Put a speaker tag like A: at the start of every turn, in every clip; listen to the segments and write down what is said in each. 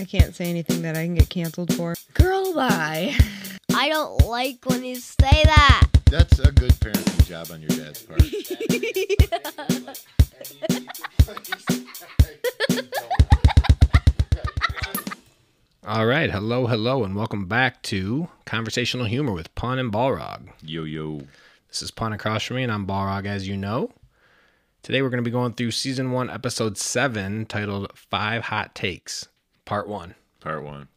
A: I can't say anything that I can get canceled for.
B: Girl, bye.
C: I don't like when you say that.
D: That's a good parenting job on your dad's part.
E: All right. Hello, hello, and welcome back to Conversational Humor with Pun and Balrog.
D: yo, yo.
E: This is Pun across from me, and I'm Balrog, as you know. Today, we're going to be going through season one, episode seven, titled Five Hot Takes, part one.
D: Part one.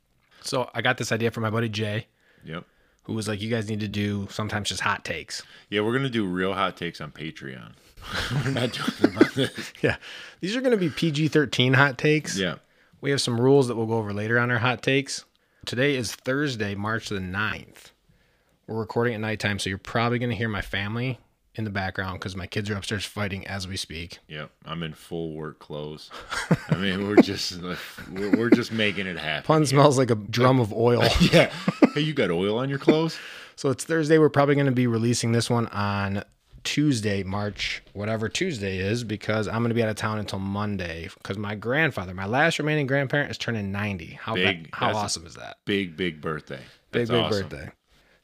E: So, I got this idea from my buddy Jay,
D: Yep.
E: who was like, You guys need to do sometimes just hot takes.
D: Yeah, we're gonna do real hot takes on Patreon. we're not talking about this.
E: Yeah. These are going to be PG 13 hot takes.
D: Yeah.
E: We have some rules that we'll go over later on our hot takes. Today is Thursday, March the 9th. We're recording at nighttime, so you're probably going to hear my family in the background because my kids are upstairs fighting as we speak.
D: Yep. I'm in full work clothes. I mean, we're just like, we're, we're just making it happen.
E: Pun smells like a drum of oil.
D: Yeah. Hey, you got oil on your clothes?
E: so it's Thursday. We're probably going to be releasing this one on Tuesday, March, whatever Tuesday is, because I'm going to be out of town until Monday because my grandfather, my last remaining grandparent, is turning 90. How, ba-
D: Big.
E: how
D: That's a-
E: awesome is that?
D: Big, big birthday.
E: Big,
D: That's
E: big
D: awesome.
E: birthday.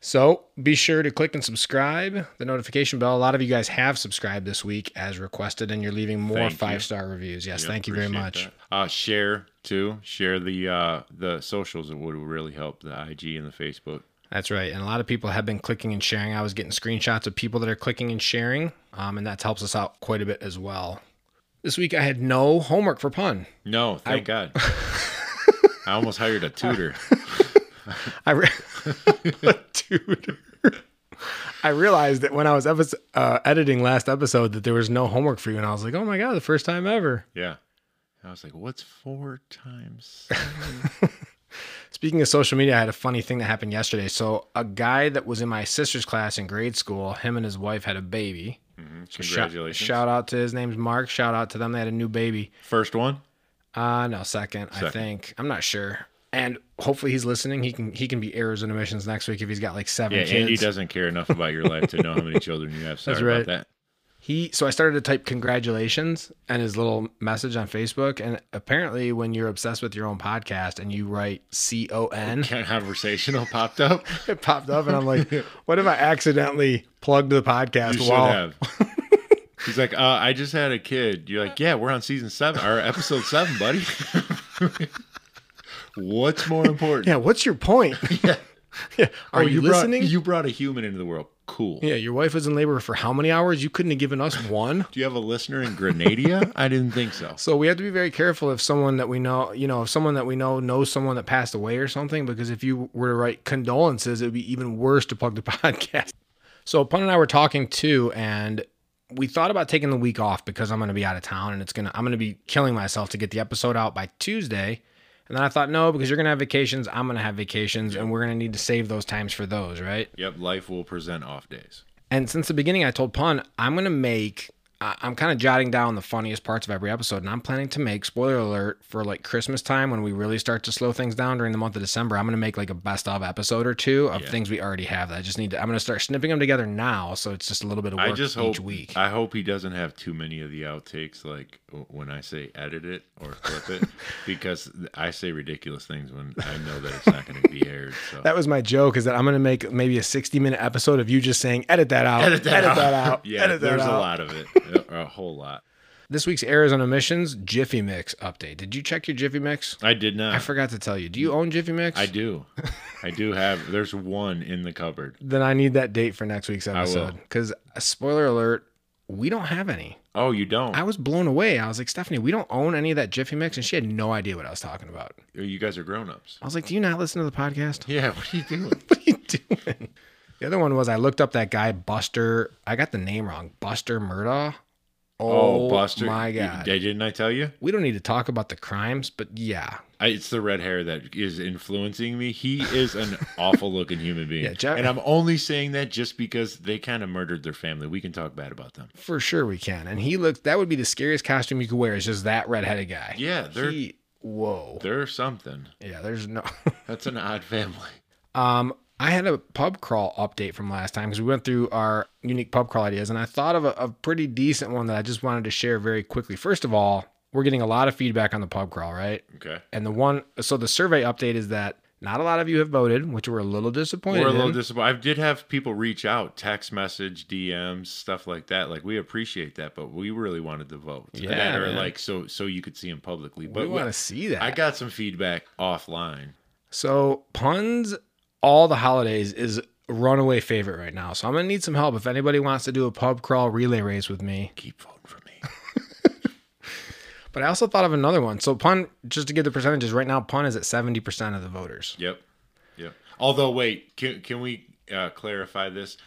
E: So be sure to click and subscribe, the notification bell. A lot of you guys have subscribed this week as requested, and you're leaving more
D: Thank you.
E: five star reviews. Yes,
D: Yep,
E: thank you very
D: appreciate
E: much.
D: that. Uh, share too. Share the uh, the socials. It would really help the IG and the Facebook.
E: That's right. And a lot of people have been clicking and sharing. I was getting screenshots of people that are clicking and sharing, um, and that helps us out quite a bit as well. This week I had no homework for pun.
D: No, thank God. I almost hired a tutor.
E: I re- tutor. I realized that when I was epi- uh, editing last episode that there was no homework for you, and I was like, "Oh my god, the first time ever!"
D: Yeah. I was like, what's four times?
E: Speaking of social media, I had a funny thing that happened yesterday. So, a guy that was in my sister's class in grade school, him and his wife had a baby. So shou-
D: Congratulations.
E: Shout, out to his name's Mark. Shout out to them. They had a new baby.
D: First one?
E: Uh no, second, I
D: Second.
E: think. I'm not sure. And hopefully he's listening. He can he can be errors and omissions next week if he's got like seven
D: Yeah,
E: kids.
D: Andy doesn't care enough about your life to know how many children you have. Sorry
E: right.
D: about that.
E: He so I started to type congratulations and his little message on Facebook. And apparently when you're obsessed with your own podcast and you write C O N
D: Kind of conversational popped up.
E: it popped up and I'm like, what if I accidentally plugged the podcast
D: You should
E: while
D: have. He's like, uh, I just had a kid. You're like, yeah, we're on season seven or episode seven, buddy. What's more important?
E: Yeah, what's your point? yeah. Are
D: Oh,
E: you,
D: brought-
E: listening?
D: you brought a human into the world. Cool.
E: yeah, your wife was in labor for how many hours? You couldn't have given us one.
D: Do you have a listener in Grenada? I didn't think so.
E: So we have to be very careful if someone that we know, you know, if someone that we know knows someone that passed away or something, because if you were to write condolences, it would be even worse to plug the podcast. So Pun and I were talking too, and we thought about taking the week off because I'm going to be out of town and it's going to, I'm going to be killing myself to get the episode out by Tuesday. And then I thought, no, because you're going to have vacations, I'm going to have vacations, and we're going to need to save those times for those, right?
D: Yep, life will present off days.
E: And since the beginning, I told Pun, I'm going to make, I- I'm kind of jotting down the funniest parts of every episode. And I'm planning to make, spoiler alert, for like Christmas time when we really start to slow things down during the month of December, I'm going to make like a best of episode or two of
D: Yeah.
E: things we already have. That I just need to, I'm going to start snipping them together now. So it's just a little bit of work
D: I just
E: each
D: hope
E: week.
D: I hope he doesn't have too many of the outtakes, like w- when I say edit it or clip it, because I say ridiculous things when I know that it's not going to be aired. So
E: that was my joke is that I'm going to make maybe a 60 minute episode of you just saying, edit that out, edit that out.
D: yeah,
E: edit that
D: there's
E: out."
D: a lot of it, a a whole lot.
E: This week's errors on omissions Jiffy Mix update. Did you check your Jiffy Mix?
D: I did not.
E: I forgot to tell you. Do you own Jiffy Mix?
D: I do. I do have. There's one in the cupboard.
E: then I need that date for next week's
D: will.
E: episode. Because spoiler alert, we don't have any.
D: Oh, you don't?
E: I was blown away. I was like, Stephanie, we don't own any of that Jiffy Mix, and she had no idea what I was talking about.
D: you guys are grown ups.
E: I was like, Do you not listen to the podcast?
D: Yeah. What are you doing?
E: What are you doing? The other one was I looked up that guy Buster. I got the name wrong. Buster Murdaugh.
D: Oh, Buster!
E: My
D: you-
E: God.
D: Didn't I tell you?
E: we don't need to talk about the crimes, but yeah,
D: I, it's the red hair that is influencing me. He is an awful looking human being.
E: Yeah, Jack-
D: and I'm only saying that just because they kind of murdered their family. We can talk bad about them.
E: for sure we can. And he looked. That would be the scariest costume you could wear. Is just that redheaded guy.
D: Yeah, they're
E: He, whoa.
D: they're something.
E: yeah. There's no.
D: That's an odd family.
E: Um, I had a pub crawl update from last time because we went through our unique pub crawl ideas, and I thought of a, a pretty decent one that I just wanted to share very quickly. First of all, we're getting a lot of feedback on the pub crawl, right?
D: Okay.
E: And the one, so the survey update is that not a lot of you have voted, which we're a little disappointed.
D: We're a little
E: in.
D: disappointed. I did have people reach out, text message, DMs, stuff like that. Like we appreciate that, but we really wanted to vote.
E: Yeah,
D: That or
E: man.
D: like so so you could see them publicly.
E: we
D: But
E: want to
D: what-
E: see that.
D: I got some feedback offline.
E: So puns all the holidays is a runaway favorite right now. So I'm gonna need some help if anybody wants to do a pub crawl relay race with me.
D: Keep voting for me.
E: But I also thought of another one. So pun, just to give the percentages, right now pun is at 70% of the voters.
D: Yep. Yep. Although, wait, can, can we uh, clarify this?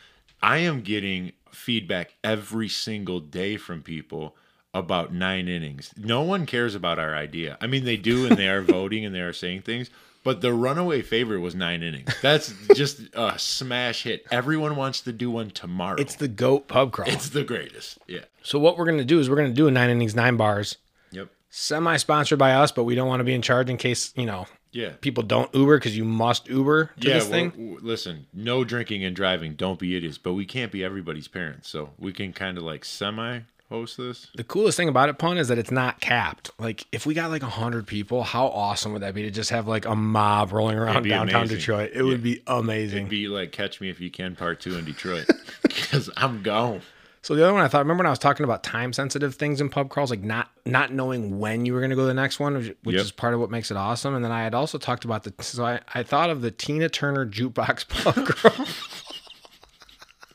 D: I am getting feedback every single day from people about nine innings. No one cares about our idea. I mean, they do, and they are voting and they are saying things. But the runaway favorite was nine innings. That's just a smash hit. Everyone wants to do one tomorrow.
E: It's the goat pub crawl.
D: it's the greatest. Yeah.
E: so what we're gonna do is we're gonna do a nine innings, nine bars,
D: Yep.
E: semi-sponsored by us, but we don't want to be in charge in case you know
D: Yeah.
E: people don't Uber because you must Uber to
D: yeah,
E: this
D: we're-
E: thing.
D: w- listen, no drinking and driving. Don't be idiots. But we can't be everybody's parents, so we can kind of like semi host this.
E: The coolest thing about it, pun, is that it's not capped. Like, if we got like hundred people, how awesome would that be to just have like a mob rolling around
D: be
E: downtown
D: amazing.
E: Detroit? It would be amazing.
D: It'd be like Catch Me If You Can Part Two in Detroit because I'm gone.
E: so the other one I thought, remember when I was talking about time sensitive things in pub crawls, like not not knowing when you were going to go to the next one, which, which
D: Yep.
E: is part of what makes it awesome. And then I had also talked about the so I, I thought of the Tina Turner jukebox pub crawl.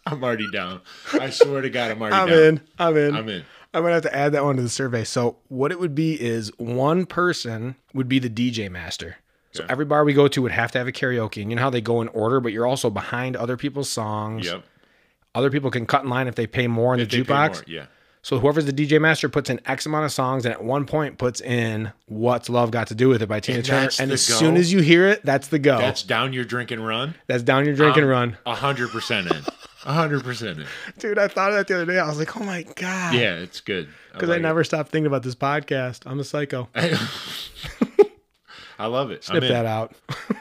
D: I'm already down. I swear to God, I'm already
E: I'm
D: down.
E: in. I'm in.
D: I'm in.
E: I'm gonna have to add that one to the survey. So what it would be is one person would be the DJ master. So
D: Okay.
E: every bar we go to would have to have a karaoke, and you know how they go in order, but you're also behind other people's songs.
D: Yep.
E: Other people can cut in line if they pay more in
D: If
E: the
D: they pay
E: jukebox.
D: more, Yeah.
E: So whoever's the DJ master puts in X amount of songs, and at one point puts in "What's Love Got to Do with It" by Tina
D: And
E: Turner.
D: that's
E: And
D: the
E: as
D: go?
E: soon as you hear it, that's the go.
D: That's
E: That's,
D: down your drink and run.
E: down your drink and run,
D: A hundred percent in. A hundred percent in.
E: dude. I thought of that the other day. I was like, oh my god,
D: Yeah, it's good.
E: because I
D: like
E: never stopped thinking about this podcast. I'm a psycho.
D: it. I love it.
E: Snip
D: I'm in.
E: that out.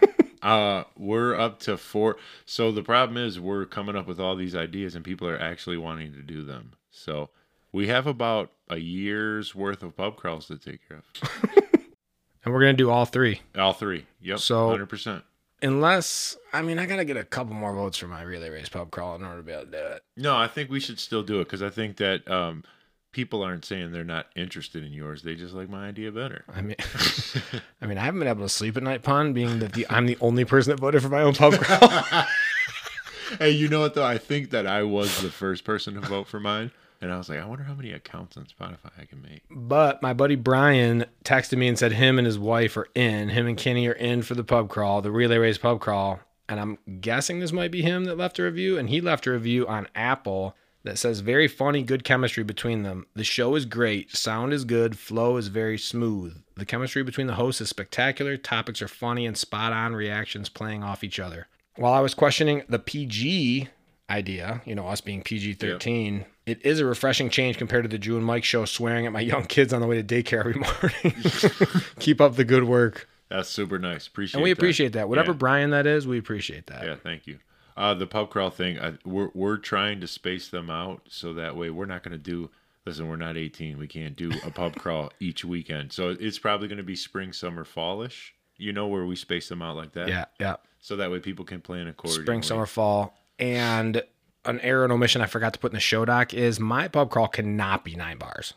D: Uh, we're up to four. So the problem is we're coming up with all these ideas and people are actually wanting to do them. So we have about a year's worth of pub crawls to take care of.
E: And we're gonna do all three.
D: All three. Yep.
E: So-
D: hundred percent.
E: Unless I mean I gotta get a couple more votes for my relay race pub crawl in order to be able to do it.
D: No, I think we should still do it because I think that um, people aren't saying they're not interested in yours. They just like my idea better.
E: I mean I mean I haven't been able to sleep at night, pun, being that the I'm the only person that voted for my own pub crawl.
D: Hey, you know what though? I think that I was the first person to vote for mine, and I was like, I wonder how many accounts on Spotify I can make.
E: But my buddy Brian texted me and said him and his wife are in. Him and Kenny are in for the pub crawl, the relay race pub crawl. And I'm guessing this might be him that left a review. And he left a review on Apple that says very funny, good chemistry between them. The show is great, sound is good, flow is very smooth. The chemistry between the hosts is spectacular, topics are funny and spot on reactions playing off each other. While I was questioning the PG idea, you know, us being PG 13, it is a refreshing change compared to the Drew and Mike show swearing at my young kids on the way to daycare every morning. Keep up the good work.
D: That's super nice. Appreciate.
E: And we
D: that.
E: appreciate that. Whatever
D: Yeah.
E: Brian that is, we appreciate that.
D: Yeah, thank you. Uh, the pub crawl thing, I, we're we're trying to space them out so that way we're not going to do. Listen, we're not 18. We can't do a pub crawl each weekend. So it's probably going to be spring, summer, fallish. You know where we space them out like that.
E: Yeah. Yeah.
D: So that way people can plan accordingly.
E: Spring, summer, fall. And an error and omission I forgot to put in the show doc is my pub crawl cannot be nine bars.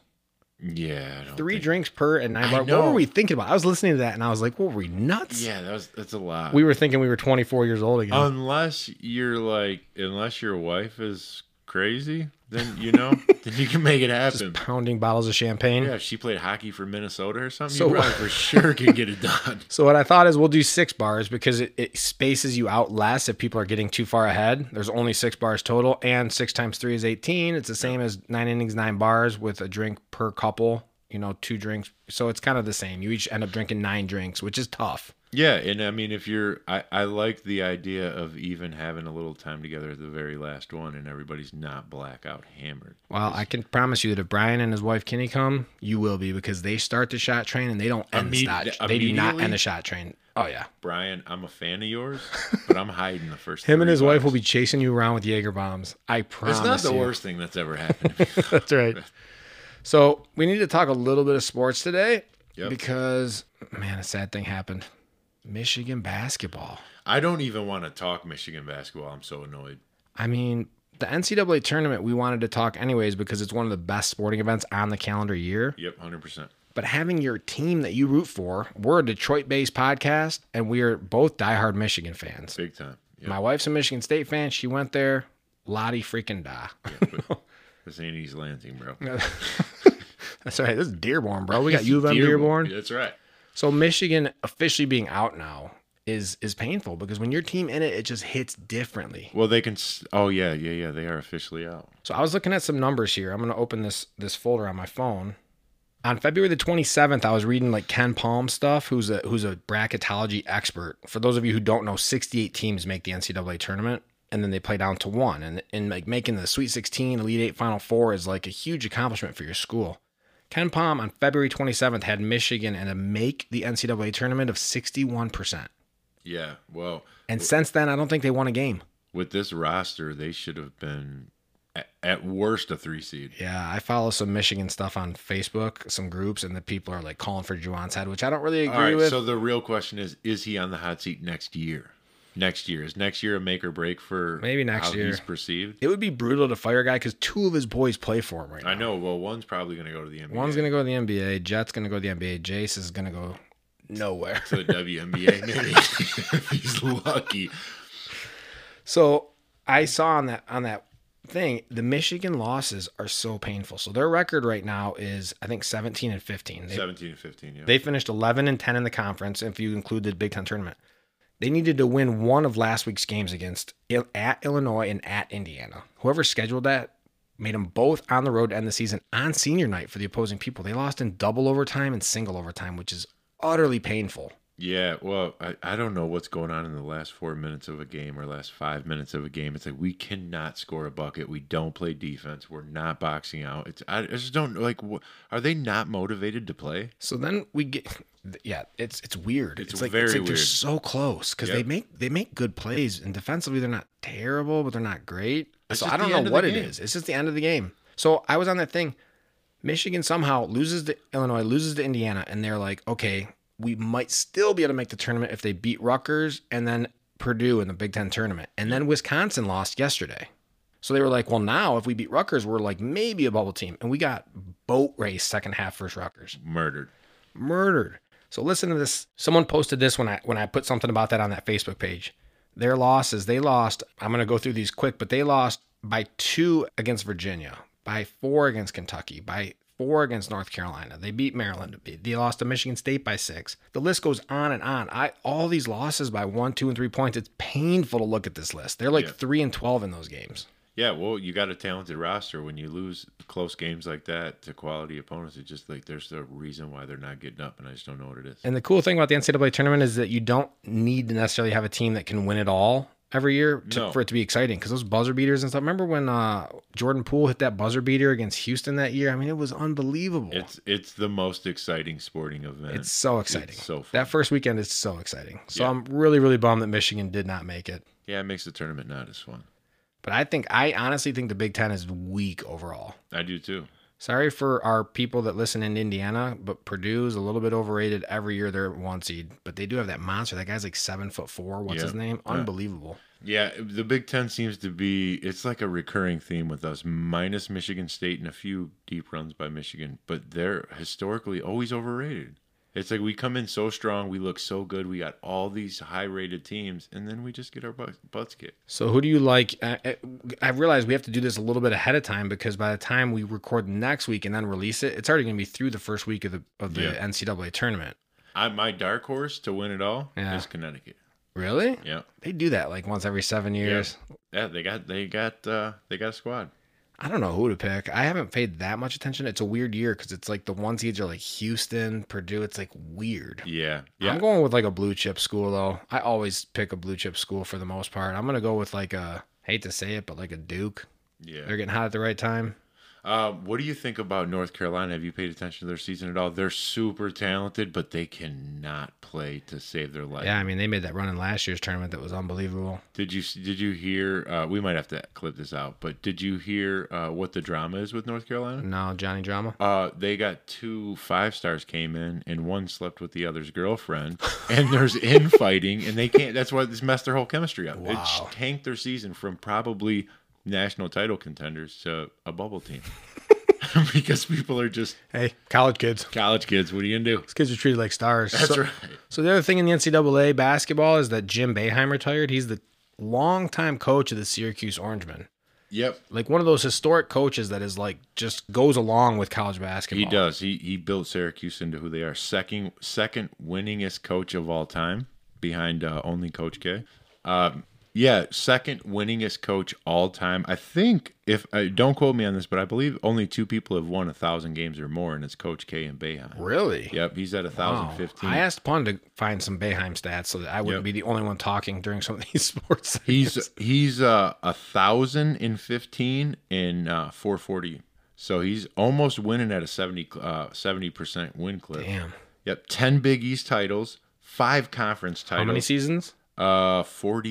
D: Yeah. I don't
E: Three
D: think-
E: drinks per and nine
D: I
E: bar. What
D: know.
E: were we thinking about? I was listening to that and I was like, what were we nuts?
D: Yeah, that was that's a lot.
E: We were thinking we were 24 years old again.
D: unless you're like, unless your wife is crazy, then you know, then you can make it happen.
E: pounding bottles of champagne.
D: Yeah, if she played hockey for Minnesota or something,
E: So-
D: you probably for sure could get it done.
E: So what I thought is we'll do six bars because it, it spaces you out less if people are getting too far ahead. There's only six bars total, and six times three is eighteen. It's the same as nine innings, nine bars with a drink per couple. You know, two drinks. So it's kind of the same. You each end up drinking nine drinks, which is tough.
D: Yeah, and I mean, if you're, I, I like the idea of even having a little time together at the very last one, and everybody's not blackout hammered.
E: Well, I can promise you that if Brian and his wife Kenny come, you will be because they start the shot train and they don't end the
D: Immedi-
E: shot. They do not
D: immediately?
E: end the shot train. Oh yeah,
D: Brian, I'm a fan of yours, but I'm hiding the first.
E: him and
D: three
E: his wife will
D: bucks.
E: be chasing you around with Jaeger bombs. I promise.
D: It's not the
E: you.
D: worst thing that's ever happened. to me.
E: That's right. So we need to talk a little bit of sports today
D: Yep.
E: because man, a sad thing happened. Michigan basketball.
D: I don't even want to talk Michigan basketball. I'm so annoyed.
E: I mean, the NCAA tournament we wanted to talk anyways because it's one of the best sporting events on the calendar year.
D: Yep, 100%.
E: But having your team that you root for, we're a Detroit-based podcast, and we are both diehard Michigan fans.
D: Big time. Yep.
E: My wife's a Michigan State fan. She went there. Lottie freaking da.
D: This ain't East Lansing, bro.
E: That's right. This is Dearborn, bro. We got U of M Dearborn.
D: That's right.
E: So Michigan officially being out now is is painful because when your team in it, it just hits differently.
D: Well, they can. s- Oh yeah, yeah, yeah. They are officially out.
E: So I was looking at some numbers here. I'm going to open this this folder on my phone. On February the 27th, I was reading like Ken Palm stuff, who's a who's a bracketology expert. For those of you who don't know, 68 teams make the NCAA tournament and then they play down to one. And and like making the Sweet 16, Elite 8, Final 4 is like a huge accomplishment for your school. Ken Palm on February 27th had Michigan and a make the NCAA tournament of 61%.
D: Yeah. Well,
E: And since then, I don't think they won a game.
D: with this roster, they should have been at, at worst a three seed.
E: Yeah, I follow some Michigan stuff on Facebook, some groups, and the people are like calling for Juwan's head, which I don't really agree
D: All right.
E: with.
D: So the real question is: Is he on the hot seat next year? Next year is next year a make or break for
E: Maybe next
D: how
E: year.
D: he's perceived.
E: it would be brutal to fire a guy because two of his boys play for him right now.
D: I know. Well, one's probably going to go to the NBA.
E: One's gonna go to the NBA, Jet's gonna go to the NBA, Jace is gonna go nowhere.
D: to the WNBA. Maybe if he's lucky.
E: So I saw on that on that thing, the Michigan losses are so painful. So their record right now is I think seventeen and fifteen. They,
D: Seventeen and fifteen. Yeah.
E: they finished eleven and ten in the conference if you include the Big Ten tournament. They needed to win one of last week's games against Il- at Illinois and at Indiana. Whoever scheduled that made them both on the road to end the season on senior night for the opposing people. They lost in double overtime and single overtime, which is utterly painful.
D: Yeah, well, I, I don't know what's going on in the last four minutes of a game or last five minutes of a game. It's like we cannot score a bucket. We don't play defense. We're not boxing out. It's I, I just don't like. Wh- are they not motivated to play?
E: So then we get, yeah, it's it's weird.
D: It's
E: It's, like,
D: very
E: it's like they're
D: weird.
E: so close because they
D: Yep.
E: make they make good plays and defensively they're not terrible, but they're not great.
D: It's
E: so
D: just
E: I
D: the
E: don't know
D: end of
E: what
D: the
E: it
D: game.
E: is. It's just the end of the game. So I was on that thing. Michigan somehow loses to Illinois, loses to Indiana, and they're like, okay, we might still be able to make the tournament if they beat Rutgers and then Purdue in the Big Ten tournament, and then Wisconsin lost yesterday. So they were like, well, now if we beat Rutgers, we're like maybe a bubble team, and we got boat race second half versus Rutgers
D: Murdered.
E: murdered. So listen to this. Someone posted this when I when I put something about that on that Facebook page. Their losses, they lost. I'm going to go through these quick, but they lost by 2 against Virginia, by 4 against Kentucky, by 4 against North Carolina. They beat Maryland. They lost to Michigan State by 6. The list goes on and on. I all these losses by 1, 2 and 3 points. It's painful to look at this list. They're like
D: Yeah.
E: 3 and 12 in those games.
D: Yeah, well, you got a talented roster. When you lose close games like that to quality opponents, it's just like there's a reason why they're not getting up, and I just don't know what it is.
E: And the cool thing about the NCAA tournament is that you don't need to necessarily have a team that can win it all every year to,
D: No.
E: for it to be exciting. Because those buzzer beaters and stuff. Remember when uh, Jordan Poole hit that buzzer beater against Houston that year? I mean, it was unbelievable. It's,
D: It's it's the most exciting sporting event.
E: so exciting.
D: so fun.
E: that first weekend is so exciting. So
D: Yeah.
E: I'm really, really bummed that Michigan did not make it.
D: yeah, it makes the tournament not as fun.
E: But I think I honestly think the Big Ten is weak overall.
D: I do too.
E: Sorry for our people that listen in Indiana, but Purdue is a little bit overrated every year. They're one seed, but they do have that monster. That guy's like seven foot four. What's
D: Yeah.
E: his name?
D: Yeah.
E: Unbelievable.
D: Yeah, the Big Ten seems to be it's like a recurring theme with us, minus Michigan State and a few deep runs by Michigan, but they're historically always overrated. It's like we come in so strong, we look so good, we got all these high rated teams, and then we just get our butts, butts kicked.
E: So who do you like? I, I- I realize we have to do this a little bit ahead of time because by the time we record next week and then release it, it's already going to be through the first week of the of the
D: Yeah.
E: NCAA tournament.
D: I my dark horse to win it all
E: Yeah.
D: is Connecticut.
E: Really?
D: Yeah.
E: They do that like once every seven years.
D: Yeah, they got they got uh they got a squad.
E: I don't know who to pick. I haven't paid that much attention. It's a weird year because it's like the one seeds are like Houston, Purdue. It's like weird.
D: Yeah. Yeah.
E: I'm going with like a blue chip school though. I always pick a blue chip school for the most part. I'm gonna go with like a hate to say it, but like a Duke.
D: yeah.
E: They're getting hot at the right time.
D: Uh, what do you think about North Carolina? Have you paid attention to their season at all? They're super talented, but they cannot play to save their life.
E: Yeah, I mean, they made that run in last year's tournament that was unbelievable.
D: Did you did you hear? Uh, we might have to clip this out, but did you hear uh, what the drama is with North Carolina?
E: No, Johnny Drama.
D: Uh, they got two five stars came in, and one slept with the other's girlfriend, and there's infighting, and they can't. That's why this messed their whole chemistry up.
E: Wow.
D: It tanked their season from probably national title contenders to a bubble team because people are just
E: Hey, college kids.
D: college kids. What are you gonna do?
E: These kids are treated like stars. That's so,
D: right.
E: So the other thing in the NCAA basketball is that Jim Boeheim retired. He's the longtime coach of the Syracuse Orangemen.
D: Yep,
E: Like one of those historic coaches that is like just goes along with college basketball.
D: He does. He he built Syracuse into who they are. Second second winningest coach of all time, behind uh, only Coach K. Um, yeah, second winningest coach all time. I think if uh, don't quote me on this, but I believe only two people have won a thousand games or more, and it's Coach K and Bayheim.
E: Really?
D: Yep, he's at a
E: Wow.
D: thousand fifteen.
E: Oh, I asked Pun to find some Boeheim stats so that I wouldn't
D: Yep.
E: be the only one talking during some of these sports.
D: He's he's uh, a thousand and fifteen in uh, four forty. So he's almost winning at a 70 percent win clip.
E: damn.
D: Yep, ten Big East titles, five conference titles.
E: How many seasons?
D: Uh,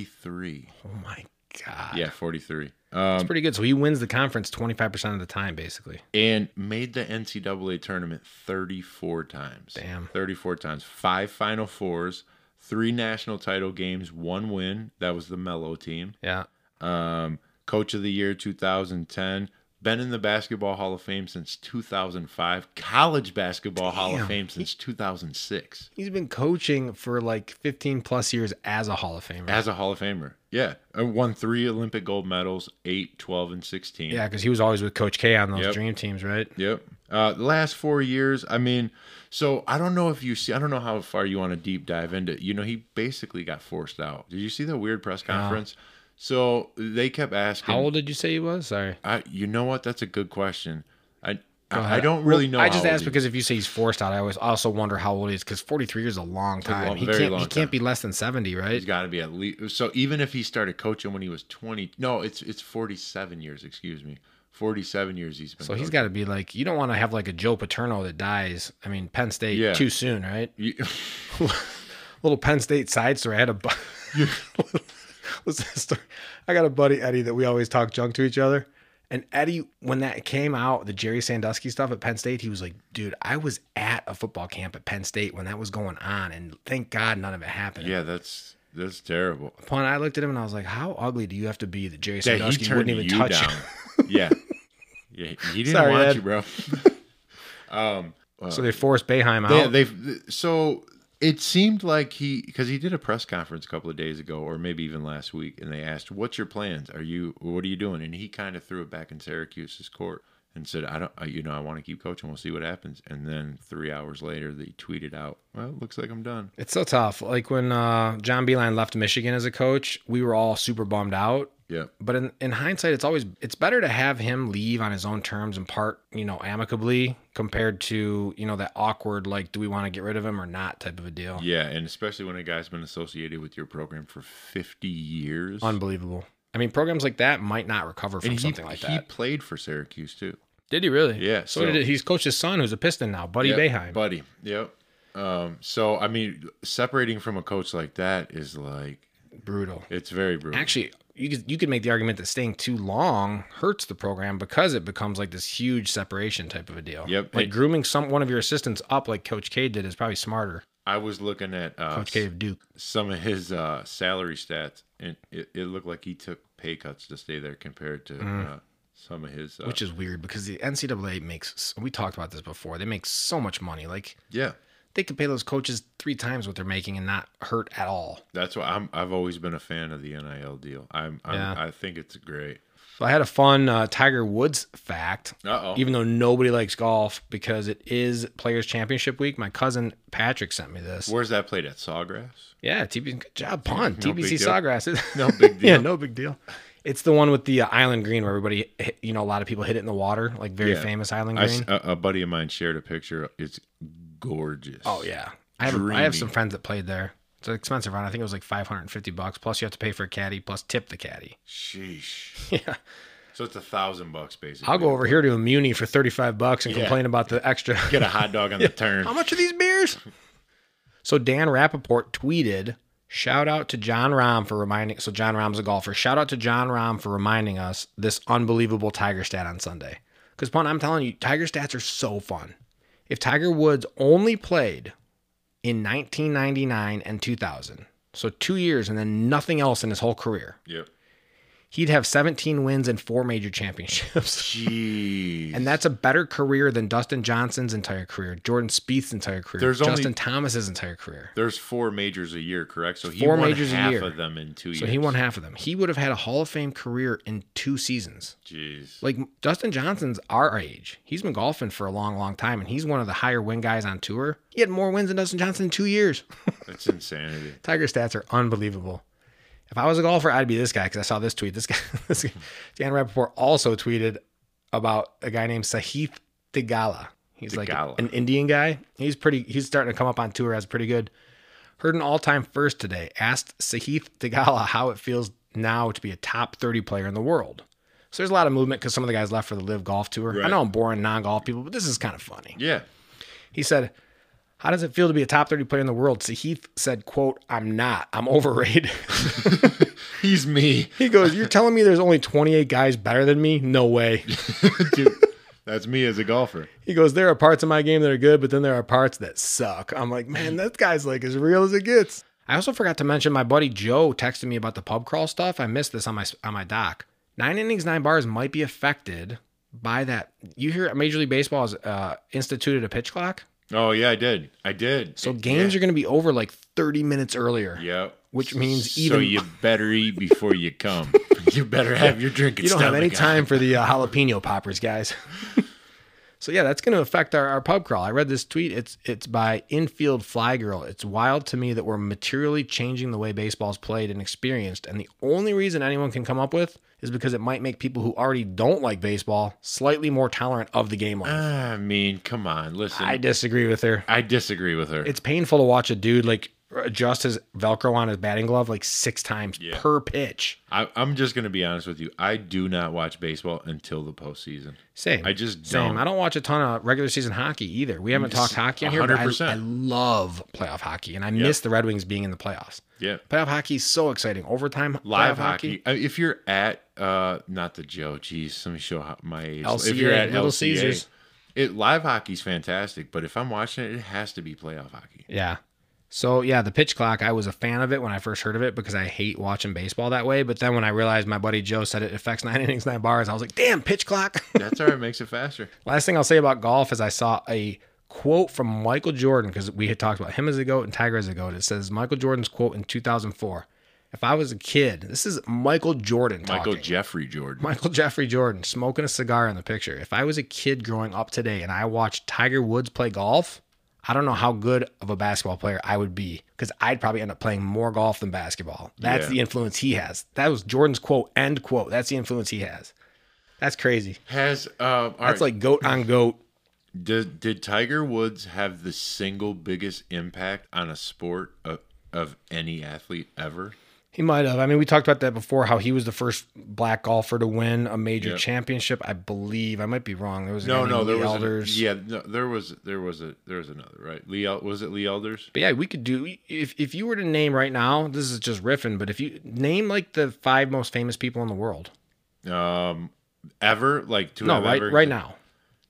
D: forty-three.
E: Oh my god.
D: Yeah, forty-three.
E: That's
D: Um,
E: pretty good. So he wins the conference twenty five percent of the time, basically.
D: and made the NCAA tournament thirty-four times.
E: Damn.
D: thirty-four times. Five Final Fours, three national title games, one win. That was the Mellow team.
E: Yeah.
D: Um, Coach of the Year 2010. Been in the Basketball Hall of Fame since 2005. College Basketball Hall of
E: Damn.
D: Fame since 2006.
E: He's been coaching for like 15 plus years as a Hall of Famer.
D: As a Hall of Famer. Yeah. And Won three Olympic gold medals, 8, 12, and 16.
E: yeah, because he was always with Coach K on those
D: Yep.
E: dream teams, right?
D: Yep. Uh, the last four years, I mean, so I don't know if you see, I don't know how far you want to deep dive into. it. You know, he basically got forced out. Did you see that weird press conference? So they kept asking.
E: How old did you say he was? Sorry.
D: I, you know what? That's a good question. I,
E: Go
D: I, I
E: ahead.
D: don't really
E: Well,
D: know.
E: I just
D: how old
E: asked
D: he-
E: because if you say he's forced out, I always also wonder how old he is because 43 years is a long time.
D: long-
E: he
D: very
E: can't
D: long
E: he
D: time.
E: can't be less than 70, right?
D: he's got to be at least. So even if he started coaching when he was twenty, no, it's it's forty seven years. Excuse me, forty seven years he's been.
E: So he's
D: coaching.
E: got to be like you don't want to have like a Joe Paterno that dies. I mean Penn State
D: Yeah.
E: too soon, right?
D: You-
E: little Penn State side story. I had a bu- What's that story? I got a buddy Eddie that we always talk junk to each other. And Eddie, when that came out, the Jerry Sandusky stuff at Penn State, he was like, "Dude, I was at a football camp at Penn State when that was going on, and thank God none of it happened."
D: yeah, that's that's terrible.
E: Upon I looked at him and I was like, "How ugly do you have to be that Jerry
D: that he
E: Sandusky
D: turned
E: wouldn't even
D: you
E: touch
D: down.
E: you?"
D: yeah, yeah, he didn't
E: Sorry,
D: want
E: Ed.
D: you, bro. um, uh,
E: so they forced Bayheim
D: they,
E: out.
D: they've so it seemed like he because he did a press conference a couple of days ago, or maybe even last week, and they asked, "What's your plans? Are you what are you doing?" And he kind of threw it back in Syracuse's court and said, "I don't, I, you know, I want to keep coaching. We'll see what happens." And then three hours later, they tweeted out, "Well, it looks like I'm done."
E: it's so tough. Like when uh, John Beeline left Michigan as a coach, we were all super bummed out.
D: Yep.
E: but in, in hindsight it's always it's better to have him leave on his own terms and part you know amicably compared to you know that awkward like do we want to get rid of him or not type of a deal
D: Yeah, and especially when a guy's been associated with your program for 50 years.
E: unbelievable i mean programs like that might not recover from
D: and he,
E: something like
D: He
E: that
D: played for Syracuse too.
E: did he really
D: Yeah,
E: so,
D: so-
E: did he's coached his son who's a piston now buddy
D: Yep,
E: Boeheim.
D: Buddy. Yep. Um, so I mean, separating from a coach like that is like
E: brutal
D: it's very brutal.
E: actually you could, you could make the argument that staying too long hurts the program because it becomes like this huge separation type of a deal
D: Yep.
E: like
D: It-
E: grooming some one of your assistants up like coach k did is probably smarter
D: I was looking at uh,
E: coach k of duke
D: some of his uh, salary stats, and it, it looked like he took pay cuts to stay there compared to uh, some of his. Uh,
E: Mm. which is weird because the NCAA makes. We talked about this before. They make so much money. Like
D: yeah,
E: they could pay those coaches three times what they're making and not hurt at all.
D: that's why I'm. I've always been a fan of the NIL deal. I'm. I'm
E: Yeah.
D: I think it's great.
E: So I had a fun uh, Tiger Woods fact.
D: Uh oh.
E: Even though nobody likes golf because it is Players Championship Week, my cousin Patrick sent me this.
D: Where's that played at Sawgrass?
E: Yeah, TB, good job, pun.
D: No big
E: TBC
D: deal.
E: Sawgrass.
D: No big deal.
E: yeah, no big deal. It's the one with the uh, island green where everybody, hit, you know, a lot of people hit it in the water, like very
D: Yeah.
E: famous island
D: I s- uh,
E: green.
D: a a buddy of mine shared a picture. It's gorgeous.
E: Oh yeah, I have, I have some
D: Dreamy.
E: friends that played there. It's an expensive round. I think it was like five hundred and fifty bucks. Plus you have to pay for a caddy, plus tip the caddy.
D: Sheesh.
E: Yeah.
D: So it's a thousand bucks basically.
E: I'll go over here to a Muni for 35 bucks and
D: Yeah.
E: complain about the extra.
D: Get a hot dog on the turn.
E: How much are these beers? so Dan Rappaport tweeted, shout out to John Rahm for reminding so John Rahm's a golfer. Shout out to John Rahm for reminding us this unbelievable Tiger stat on Sunday. Because Pun, I'm telling you, Tiger stats are so fun. If Tiger Woods only played in 1999 and 2000, so two years and then nothing else in his whole career,
D: Yep.
E: he'd have 17 wins and four major championships.
D: Jeez.
E: And that's a better career than Dustin Johnson's entire career, Jordan Spieth's entire career,
D: There's only-
E: Justin Thomas's entire career.
D: There's four majors a year, correct? So he
E: Four
D: won
E: majors a
D: half
E: year.
D: of them in two years.
E: So he won half of them. He would have had a Hall of Fame career in two seasons.
D: Jeez.
E: Like Dustin Johnson's our age. He's been golfing for a long, long time, and he's one of the higher win guys on tour. He had more wins than Dustin Johnson in two years.
D: That's insanity.
E: Tiger stats are unbelievable. If I was a golfer, I'd be this guy because I saw this tweet. This guy, this guy, Dan Rappaport also tweeted about a guy named Sahith Tagala. He's
D: Tagala.
E: like an Indian guy. He's pretty. He's starting to come up on tour as pretty good. Heard an all-time first today. Asked Sahith Tagala how it feels now to be a top 30 player in the world. So there's a lot of movement because some of the guys left for the Live Golf Tour. I
D: Right.
E: know I'm boring non-golf people, but this is kind of funny.
D: Yeah.
E: He said, "How does it feel to be a top 30 player in the world?" So Heath said, "Quote, I'm not. I'm overrated."
D: He's me.
E: he goes, "You're telling me there's only 28 guys better than me? No way."
D: Dude, that's me as a golfer.
E: He goes, "There are parts of my game that are good, but then there are parts that suck." I'm like, "Man, that guy's like as real as it gets." I also forgot to mention my buddy Joe texted me about the pub crawl stuff. I missed this on my on my doc. 9 innings, 9 bars might be affected by that. You hear Major League Baseball has uh, instituted a pitch clock.
D: Oh yeah, I did. I did.
E: So games are going to be over like 30 minutes earlier.
D: Yep.
E: Which means
D: so
E: even-
D: you better eat before you come. you better have your drink. and
E: you don't have
D: stomach
E: any
D: out.
E: time for the uh, jalapeno poppers, guys. so yeah, that's going to affect our, our pub crawl. I read this tweet. It's it's by Infield Fly Girl. It's wild to me that we're materially changing the way baseball's played and experienced, and the only reason anyone can come up with is because it might make people who already don't like baseball slightly more tolerant of the game. Life.
D: Ah, I mean, come on. Listen,
E: I
D: I,
E: disagree with her.
D: disagree with her.
E: It's painful to watch a dude like adjust his Velcro on his batting glove like six times
D: Yeah.
E: per pitch.
D: I, I'm just gonna be honest with you. I do not watch baseball until the postseason.
E: Same.
D: I just
E: Same.
D: don't.
E: I don't watch a ton of regular season hockey either. We haven't talked hockey on here, but I,
D: 100%.
E: I love playoff hockey, and I miss the Red Wings being in the playoffs.
D: Yeah.
E: Playoff hockey is so exciting. Overtime,
D: Live
E: playoff
D: hockey. Uh, If you're at uh not the Joe, geez, let me show how- my age.
E: LCA,
D: if you're at
E: Little
D: Little
E: Caesars.
D: Caesars, it live hockey's fantastic. But if I'm watching it, it has to be playoff hockey.
E: Yeah. So yeah, the pitch clock. I was a fan of it when I first heard of it because I hate watching baseball that way. But then when I realized my buddy Joe said it affects nine innings, nine bars, I was like, damn, pitch clock.
D: That's how it makes it faster.
E: Last thing I'll say about golf is I saw a quote from Michael Jordan because we had talked about him as a goat and Tiger as a goat. It says Michael Jordan's quote in 2004. If I was a kid, this is Michael Jordan
D: Michael
E: talking.
D: Jeffrey Jordan.
E: Michael Jeffrey Jordan smoking a cigar in the picture. If I was a kid growing up today and I watched Tiger Woods play golf, I don't know how good of a basketball player I would be because I'd probably end up playing more golf than basketball. That's
D: Yeah.
E: the influence he has. That was Jordan's quote, end quote. That's the influence he has. That's crazy.
D: Has um, all
E: That's
D: right.
E: like goat on goat.
D: Did, did Tiger Woods have the single biggest impact on a sport of, of any athlete ever?
E: He might have. I mean, we talked about that before. How he was the first black golfer to win a major
D: Yeah.
E: championship, I believe. I might be wrong. There was a guy
D: No,
E: named
D: no, there
E: Lee
D: was an-
E: Elders.
D: yeah, no, there was there was a there was another right. Lee El- was it Lee Elders?
E: But yeah, we could do if if you were to name right now. This is just riffing, but if you name like the five most famous people in the world,
D: Um, ever like to
E: no,
D: have
E: right
D: ever-
E: right now,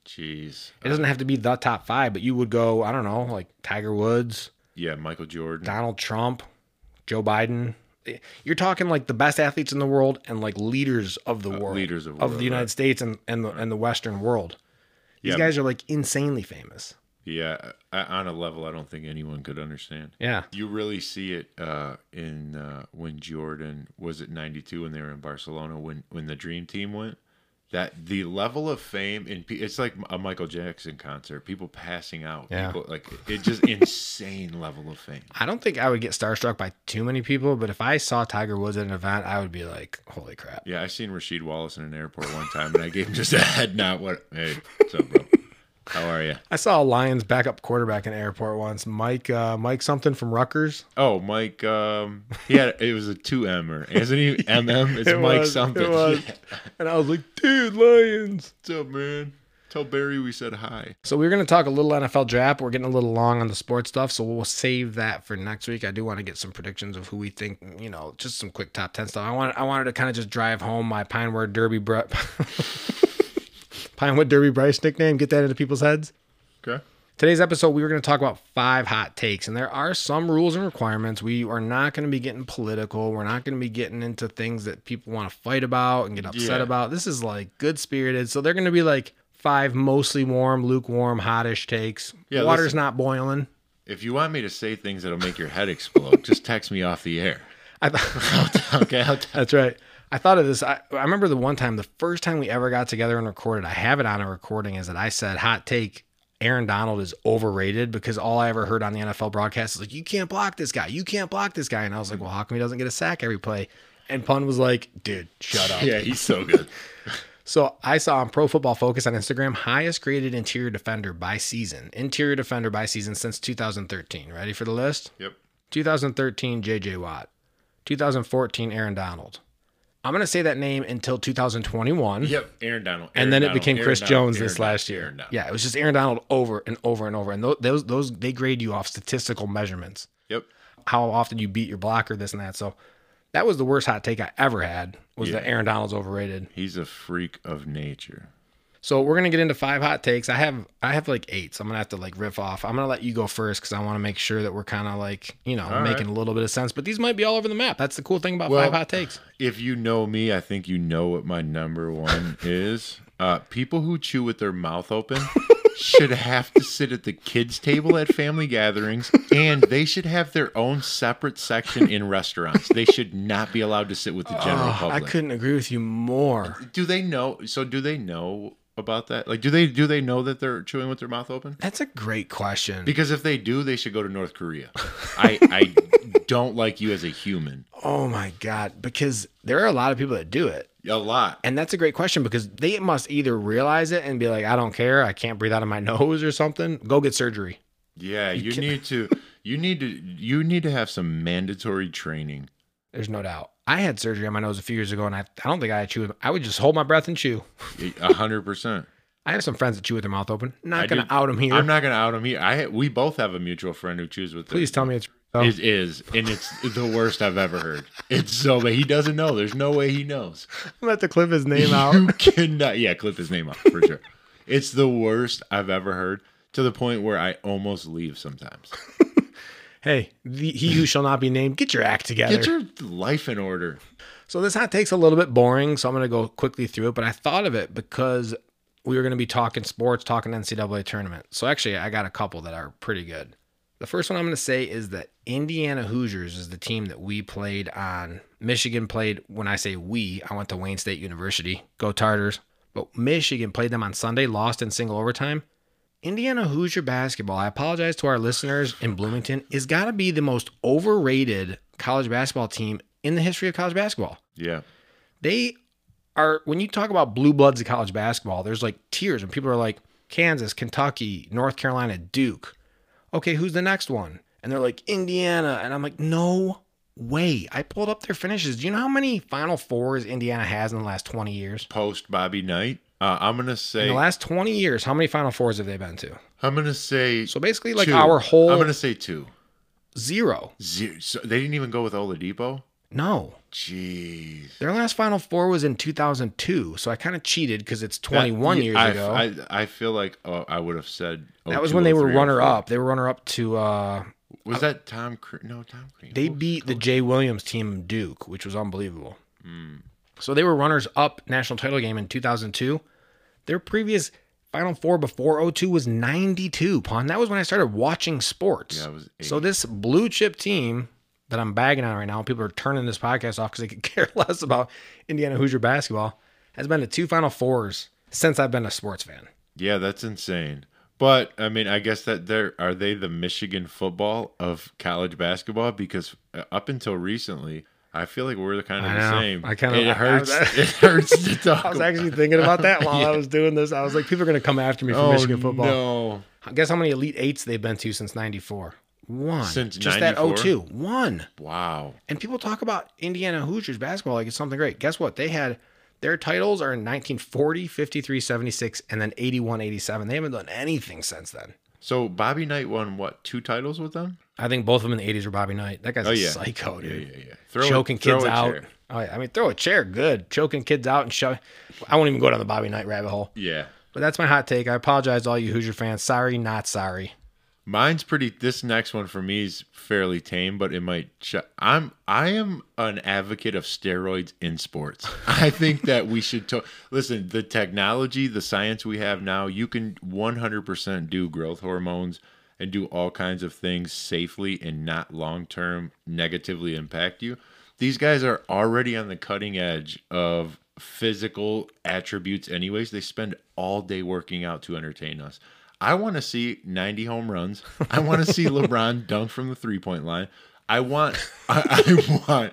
D: Jeez,
E: it doesn't have to be the top five, but you would go. I don't know, like Tiger Woods,
D: yeah, Michael Jordan.
E: Donald Trump, Joe Biden. You're talking like the best athletes in the world and like leaders of the world,
D: Uh, leaders of
E: of,
D: the world,
E: the United
D: right.
E: States and and the and the Western world. These
D: Yeah.
E: guys are like insanely famous.
D: Yeah, I, on a level I don't think anyone could understand.
E: Yeah.
D: You really see it uh, in uh, when Jordan was it '92 when they were in Barcelona when when the Dream Team went. That the level of fame in pe- it's like a Michael Jackson concert. People passing out.
E: Yeah.
D: People, like it's just insane level of fame.
E: I don't think I would get starstruck by too many people, but if I saw Tiger Woods at an event, I would be like, holy crap.
D: Yeah, I seen Rasheed Wallace in an airport one time, and I gave him just a head nod. What? Hey, what's up, bro? How are you?
E: I saw a Lions backup quarterback in the airport once. Mike, uh, Mike something from Rutgers.
D: Oh, Mike. Um, he had it was a two M or isn't he MM? It's
E: It
D: Mike
E: was,
D: something.
E: it was. And I was like, dude, Lions.
D: What's up, man? Tell Barry we said hi.
E: So we are going to talk a little NFL draft. We're getting a little long on the sports stuff, so we'll save that for next week. I do want to get some predictions of who we think, you know, just some quick top 10 stuff. I wanted I wanted to kind of just drive home my Pinewood Derby Bri- Pinewood Derby Bryce nickname, get that into people's heads.
D: Okay.
E: Today's episode, we were going to talk about five hot takes, and there are some rules and requirements. We are not going to be getting political. We're not going to be getting into things that people want to fight about and get upset
D: Yeah.
E: about. This is like good spirited. So they're going to be like five mostly warm, lukewarm, hottish takes.
D: Yeah,
E: Water's
D: listen.
E: not boiling.
D: If you want me to say things that'll make your head explode, just text me off the air.
E: I th-
D: Okay. I'll t-
E: That's right. I thought of this. I, I remember the one time, the first time we ever got together and recorded, I have it on a recording, is that I said, hot take, Aaron Donald is overrated because all I ever heard on the NFL broadcast is like, you can't block this guy. You can't block this guy. And I was like, well, how come he doesn't get a sack every play? And Pun was like, dude, shut up.
D: yeah, he's so good.
E: So I saw on Pro Football Focus on Instagram, highest graded interior defender by season, interior defender by season since 2013. Ready for the list?
D: Yep.
E: 2013, J.J. Watt. 2014, Aaron Donald. I'm going to say that name until 2021.
D: Yep. Aaron Donald. Aaron
E: And then it
D: Donald,
E: became
D: Aaron
E: Chris
D: Donald,
E: Jones
D: Aaron
E: this
D: Donald,
E: last year.
D: Aaron Donald.
E: Yeah, it was just Aaron Donald over and over and over. And tho- those, those, they grade you off statistical measurements,
D: Yep.
E: how often you beat your blocker, this and that. So that was the worst hot take I ever had was that Aaron Donald's overrated.
D: He's a freak of nature.
E: So we're gonna get into five hot takes. I have I have like eight, so I'm gonna have to like riff off. I'm gonna let you go first because I want to make sure that we're kind of like you know making a little bit of sense. But these might be all over the map. That's the cool thing about
D: Well-
E: five hot takes.
D: If you know me, I think you know what my number one is. Uh, people who chew with their mouth open should have to sit at the kids' table at family gatherings, and they should have their own separate section in restaurants. They should not be allowed to sit with the general
E: Oh, I
D: public.
E: couldn't agree with you more.
D: do they know? So do they know about that? Like, do they do they know that they're chewing with their mouth open?
E: That's a great question.
D: Because if they do, they should go to North Korea. I I don't like you as a human
E: oh my god, because there are a lot of people that do it.
D: a lot.
E: And that's a great question because they must either realize it and be like, I don't care, I can't breathe out of my nose or something. Go get surgery.
D: Yeah, you, need to you need to you need to have some mandatory training.
E: There's no doubt. I had surgery on my nose a few years ago, and I, I don't think I had chewed. I would just hold my breath and chew.
D: A hundred percent.
E: I have some friends that chew with their mouth open. Not
D: I
E: gonna
D: do-
E: out them here.
D: I'm not gonna out him here. I we both have a mutual friend who chews with.
E: Please
D: their,
E: tell me it's.
D: It is, and it's the worst I've ever heard. It's so bad. He doesn't know. There's no way he knows.
E: I'm about to clip his name
D: You cannot. Yeah, clip his name out for sure. It's the worst I've ever heard. To the point where I almost leave sometimes.
E: hey, the, he who shall not be named, get your act together.
D: Get your life in order.
E: so this hot take's a little bit boring, so I'm gonna go quickly through it. But I thought of it because we were gonna be talking sports, talking NCAA tournament. So actually, I got a couple that are pretty good. The first one I'm gonna say is that Indiana Hoosiers is the team that we played on. Michigan played. When I say we, I went to Wayne State University. Go Tartars! But Michigan played them on Sunday, lost in single overtime. Indiana Hoosier basketball, I apologize to our listeners in Bloomington, is got to be the most overrated college basketball team in the history of college basketball.
D: Yeah.
E: They are, when you talk about blue bloods of college basketball, there's like tiers, and people are like Kansas, Kentucky, North Carolina, Duke. Okay, who's the next one? And they're like Indiana. And I'm like, no way. I pulled up their finishes. Do you know how many Final Fours Indiana has in the last 20 years?
D: Post Bobby Knight. Uh, I'm gonna
E: In
D: say.
E: the last 20 years, how many Final Fours have they been to?
D: I'm gonna say.
E: So basically, like
D: two.
E: our whole
D: I'm gonna say two.
E: zero.
D: Zero. So they didn't even go with Oladipo.
E: No,
D: Jeez.
E: their last Final Four was in 2002, so I kind of cheated because it's 21
D: That-
E: years
D: I,
E: ago.
D: I, I feel like oh, I would have said
E: that was when they were
D: 02, 03,
E: runner
D: 04.
E: up. They were runner up to. uh
D: Was that Tom? Cre- no, Tom. Crean.
E: They beat the Jay Williams team Duke, which was unbelievable. So they were runners up national title game in 2002. Their previous Final Four before 02 was 92. Pon. That was when I started watching sports.
D: Yeah, I was
E: so this blue chip team that I'm bagging on right now, people are turning this podcast off because they could care less about Indiana Hoosier basketball. Has been to two Final Fours since I've been a sports fan.
D: Yeah, that's insane. But I mean, I guess that they're are they the Michigan football of college basketball because uh, up until recently, I feel like we're the kind of
E: I
D: the
E: know.
D: same.
E: I kinda-
D: it
E: I- I
D: hurts.
E: was-
D: it hurts to talk.
E: I was
D: about.
E: actually thinking about that while
D: Yeah.
E: I was doing this. I was like, people are going to come after me for
D: oh,
E: Michigan football.
D: No,
E: Guess how many Elite Eights they've been to since '94? One.
D: Since
E: just
D: 94?
E: that 02. One.
D: wow.
E: And people talk about Indiana Hoosiers basketball like it's something great. Guess what? They had their titles are in 1940, 53, 76, and then 81, 87. They haven't done anything since then.
D: So Bobby Knight won what two titles with them?
E: I think both of them in the 80s were Bobby Knight. That guy's
D: Oh
E: a
D: yeah,
E: psycho, dude.
D: Yeah, yeah, yeah. Throw a-
E: Choking
D: throw
E: kids
D: a
E: out.
D: chair.
E: Oh, yeah. I mean, throw a chair, good. Choking kids out and shove. I won't even go down the Bobby Knight rabbit hole.
D: Yeah,
E: But that's my hot take. I apologize to all you Hoosier fans. Sorry, not sorry.
D: mine's pretty. This next one for me is fairly tame, but it might. Sh- I'm I am an advocate of steroids in sports. I think that we should to- listen. The technology, the science we have now, you can 100% do growth hormones and do all kinds of things safely and not long term negatively impact you. These guys are already on the cutting edge of physical attributes, anyways. They spend all day working out to entertain us. I want to see 90 home runs. I want to see LeBron dunk from the three point line. I want, I, I want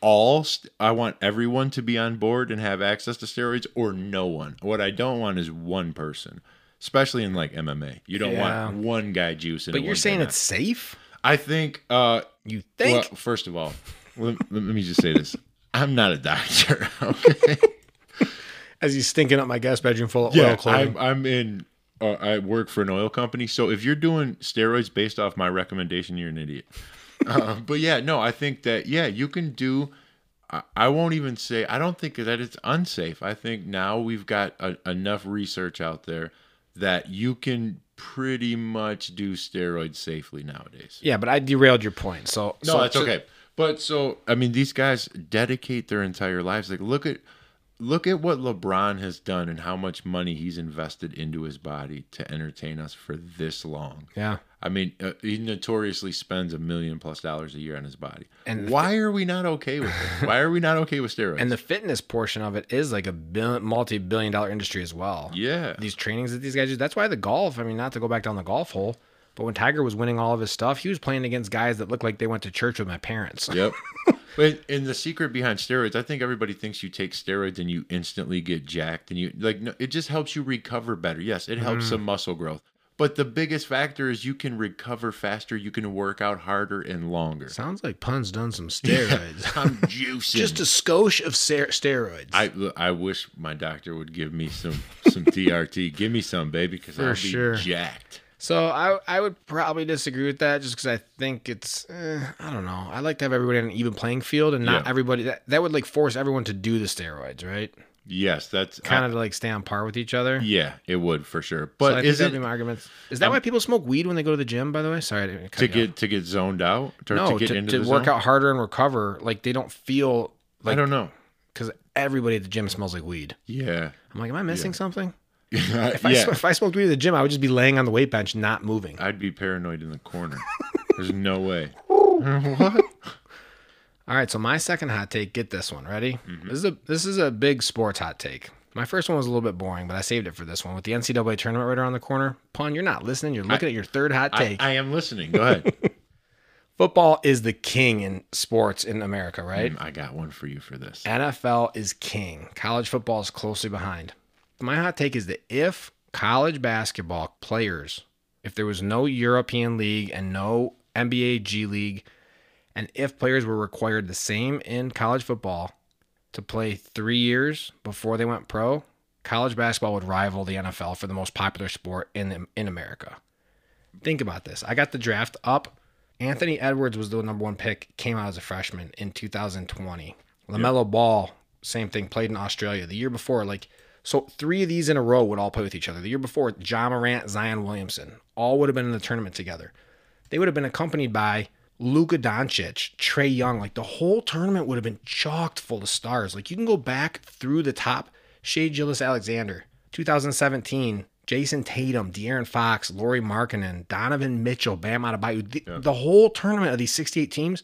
D: all, st- I want everyone to be on board and have access to steroids or no one. What I don't want is one person, especially in like MMA. You don't
E: Yeah.
D: want one guy juicing.
E: But
D: at
E: you're
D: one
E: saying
D: time.
E: it's safe?
D: I think, uh,
E: You think?
D: well, first of all, let, let me just say this. I'm not a doctor. Okay.
E: As he's stinking up my guest bedroom full of oil
D: yeah, I'm,
E: clothing.
D: I'm in. Uh, I work for an oil company, so if you're doing steroids based off my recommendation, you're an idiot. Uh, but yeah, no, I think that yeah, you can do. I, I won't even say I don't think that it's unsafe. I think now we've got a, enough research out there that you can pretty much do steroids safely nowadays.
E: Yeah, but I derailed your point. So
D: No,
E: so-
D: that's
E: so-
D: okay. But so I mean, these guys dedicate their entire lives. Like, look at look at what LeBron has done and how much money he's invested into his body to entertain us for this long.
E: Yeah.
D: I mean, uh, he notoriously spends a million plus dollars a year on his body.
E: And
D: And
E: the-
D: why are we not okay with it? Why are we not okay with steroids?
E: And the fitness portion of it is like a bill- multi-billion dollar industry as well.
D: yeah,
E: These trainings that these guys do. That's why the golf, I mean, not to go back down the golf hole, but when Tiger was winning all of his stuff, he was playing against guys that looked like they went to church with my parents.
D: Yep. But and the secret behind steroids, I think everybody thinks you take steroids and you instantly get jacked, and you like no, it just helps you recover better. Yes, it helps
E: Mm.
D: some muscle growth, but the biggest factor is you can recover faster, you can work out harder and longer.
E: Sounds like Pun's done some steroids.
D: I'm juicing.
E: Just a skosh of ser- steroids.
D: I look, I wish my doctor would give me some some TRT. give me some, baby, because I'll be
E: sure.
D: jacked.
E: So I I would probably disagree with that just because I think it's eh, I don't know I like to have everybody on an even playing field and not
D: Yeah.
E: everybody that that would like force everyone to do the steroids right
D: Yes, that's
E: kind of to like stay on par with each other.
D: I- yeah, it would for sure.
E: So I
D: But
E: think
D: is
E: that'd
D: it
E: be my argument. Is that why people smoke weed when they go to the gym? By the way, sorry I didn't cut
D: to
E: you off.
D: get to get zoned out or
E: no
D: to get
E: to,
D: into
E: to
D: the
E: work
D: zone?
E: out harder and recover like they don't feel
D: I
E: like
D: don't know.
E: because everybody at the gym smells like weed.
D: Yeah.
E: I'm like, am I missing something? If, I,
D: yeah.
E: sm- if I smoked weed at the gym, I would just be laying on the weight bench not moving.
D: I'd be paranoid in the corner. There's no way. what?
E: All right, so my second hot take, get this one, ready?
D: Mm-hmm.
E: This is a this is a big sports hot take. My first one was a little bit boring, but I saved it for this one with the NCAA tournament right around the corner. Pun, you're not listening. You're looking at your third hot
D: I,
E: take.
D: I am listening. Go ahead.
E: Football is the king in sports in America, right?
D: Mm, I got one for you for this.
E: NFL is king. College football is closely behind. My hot take is that if college basketball players, if there was no European League and no NBA G League, and if players were required the same in college football to play three years before they went pro, college basketball would rival the NFL for the most popular sport in in America. Think about this. I got the draft up. Anthony Edwards was the number one pick, came out as a freshman in 2020. LaMelo Ball, same thing, played in Australia the year before. Like, so three of these in a row would all play with each other. The year before, John Morant, Zion Williamson, all would have been in the tournament together. They would have been accompanied by Luka Doncic, Trey Young. Like, the whole tournament would have been chalked full of stars. Like, you can go back through the top Shea Gillis Alexander, 2017, Jason Tatum, De'Aaron Fox, Lori Markinen, Donovan Mitchell, Bam Adebayo. The, the whole tournament of these 68 teams,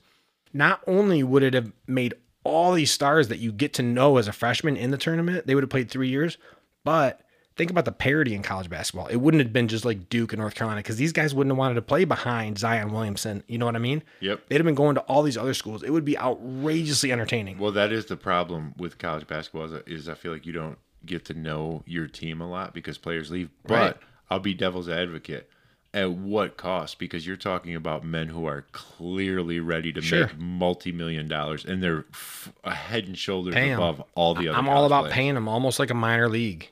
E: not only would it have made all these stars that you get to know as a freshman in the tournament, they would have played three years, but Think about the parity in college basketball. It wouldn't have been just like Duke and North Carolina because these guys wouldn't have wanted to play behind Zion Williamson. You know what I mean?
D: Yep.
E: They'd have been going to all these other schools. It would be outrageously entertaining.
D: Well, that is the problem with college basketball is, is I feel like you don't get to know your team a lot because players leave. But
E: Right.
D: I'll be devil's advocate. At what cost? Because you're talking about men who are clearly ready to
E: Sure.
D: make multi-million dollars, and they're f- a head and shoulders
E: Pay 'em.
D: above all the other.
E: I'm all
D: college
E: about
D: players.
E: paying them almost like a minor league.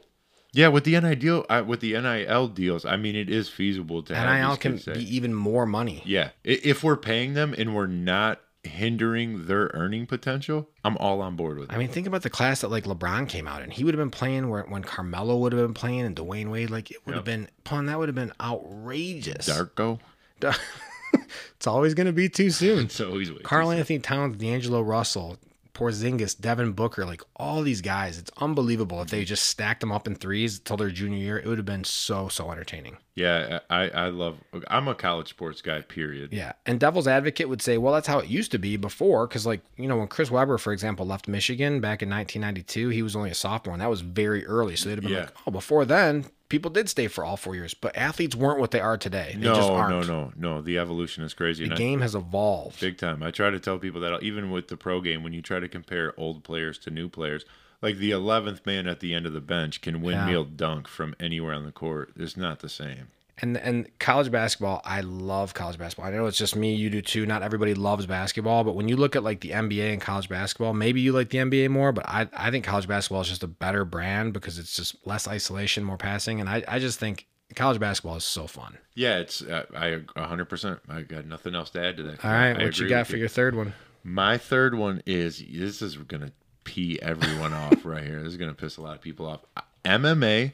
D: Yeah, with the NIL deal, I, uh, with the NIL deals, I mean, it is feasible to have
E: NIL
D: these
E: can
D: kids say-
E: be even more money.
D: Yeah, I- if we're paying them and we're not hindering their earning potential, I'm all on board with it.
E: I mean, think about the class that like LeBron came out in. He would have been playing where when Carmelo would have been playing and Dwayne Wade. Like it would have been pun. That would have been outrageous.
D: Darko,
E: it's always going to be too soon.
D: it's always way too
E: Carl Anthony Towns, D'Angelo Russell, Porzingis, Devin Booker, like all these guys. It's unbelievable if they just stacked them up in threes until their junior year. It would have been so so entertaining.
D: Yeah, I I love. I'm a college sports guy. Period.
E: Yeah. And Devil's Advocate would say, well, that's how it used to be before. Cause, like, you know, when Chris Webber, for example, left Michigan back in 1992, he was only a sophomore, and that was very early. So they'd have been
D: Yeah.
E: like, oh, before then, people did stay for all four years, but athletes weren't what they are today. They just
D: No, no,
E: aren't.
D: no, no. The evolution is crazy.
E: The
D: and I-
E: game has evolved.
D: big time. I try to tell people that even with the pro game, when you try to compare old players to new players, like the eleventh man at the end of the bench can windmill dunk from anywhere on the court. It's not the same.
E: and and college basketball i love college basketball i know it's just me you do too not everybody loves basketball but when you look at like the nba and college basketball maybe you like the nba more but i, I think college basketball is just a better brand because it's just less isolation more passing and i, I just think college basketball is so fun
D: Yeah, it's uh, I 100. percent I got nothing else to add to that.
E: all right
D: I
E: what
D: agree
E: you got
D: with
E: for your third one
D: My third one is this is gonna pee everyone off right here. This is gonna piss a lot of people off. Uh, MMA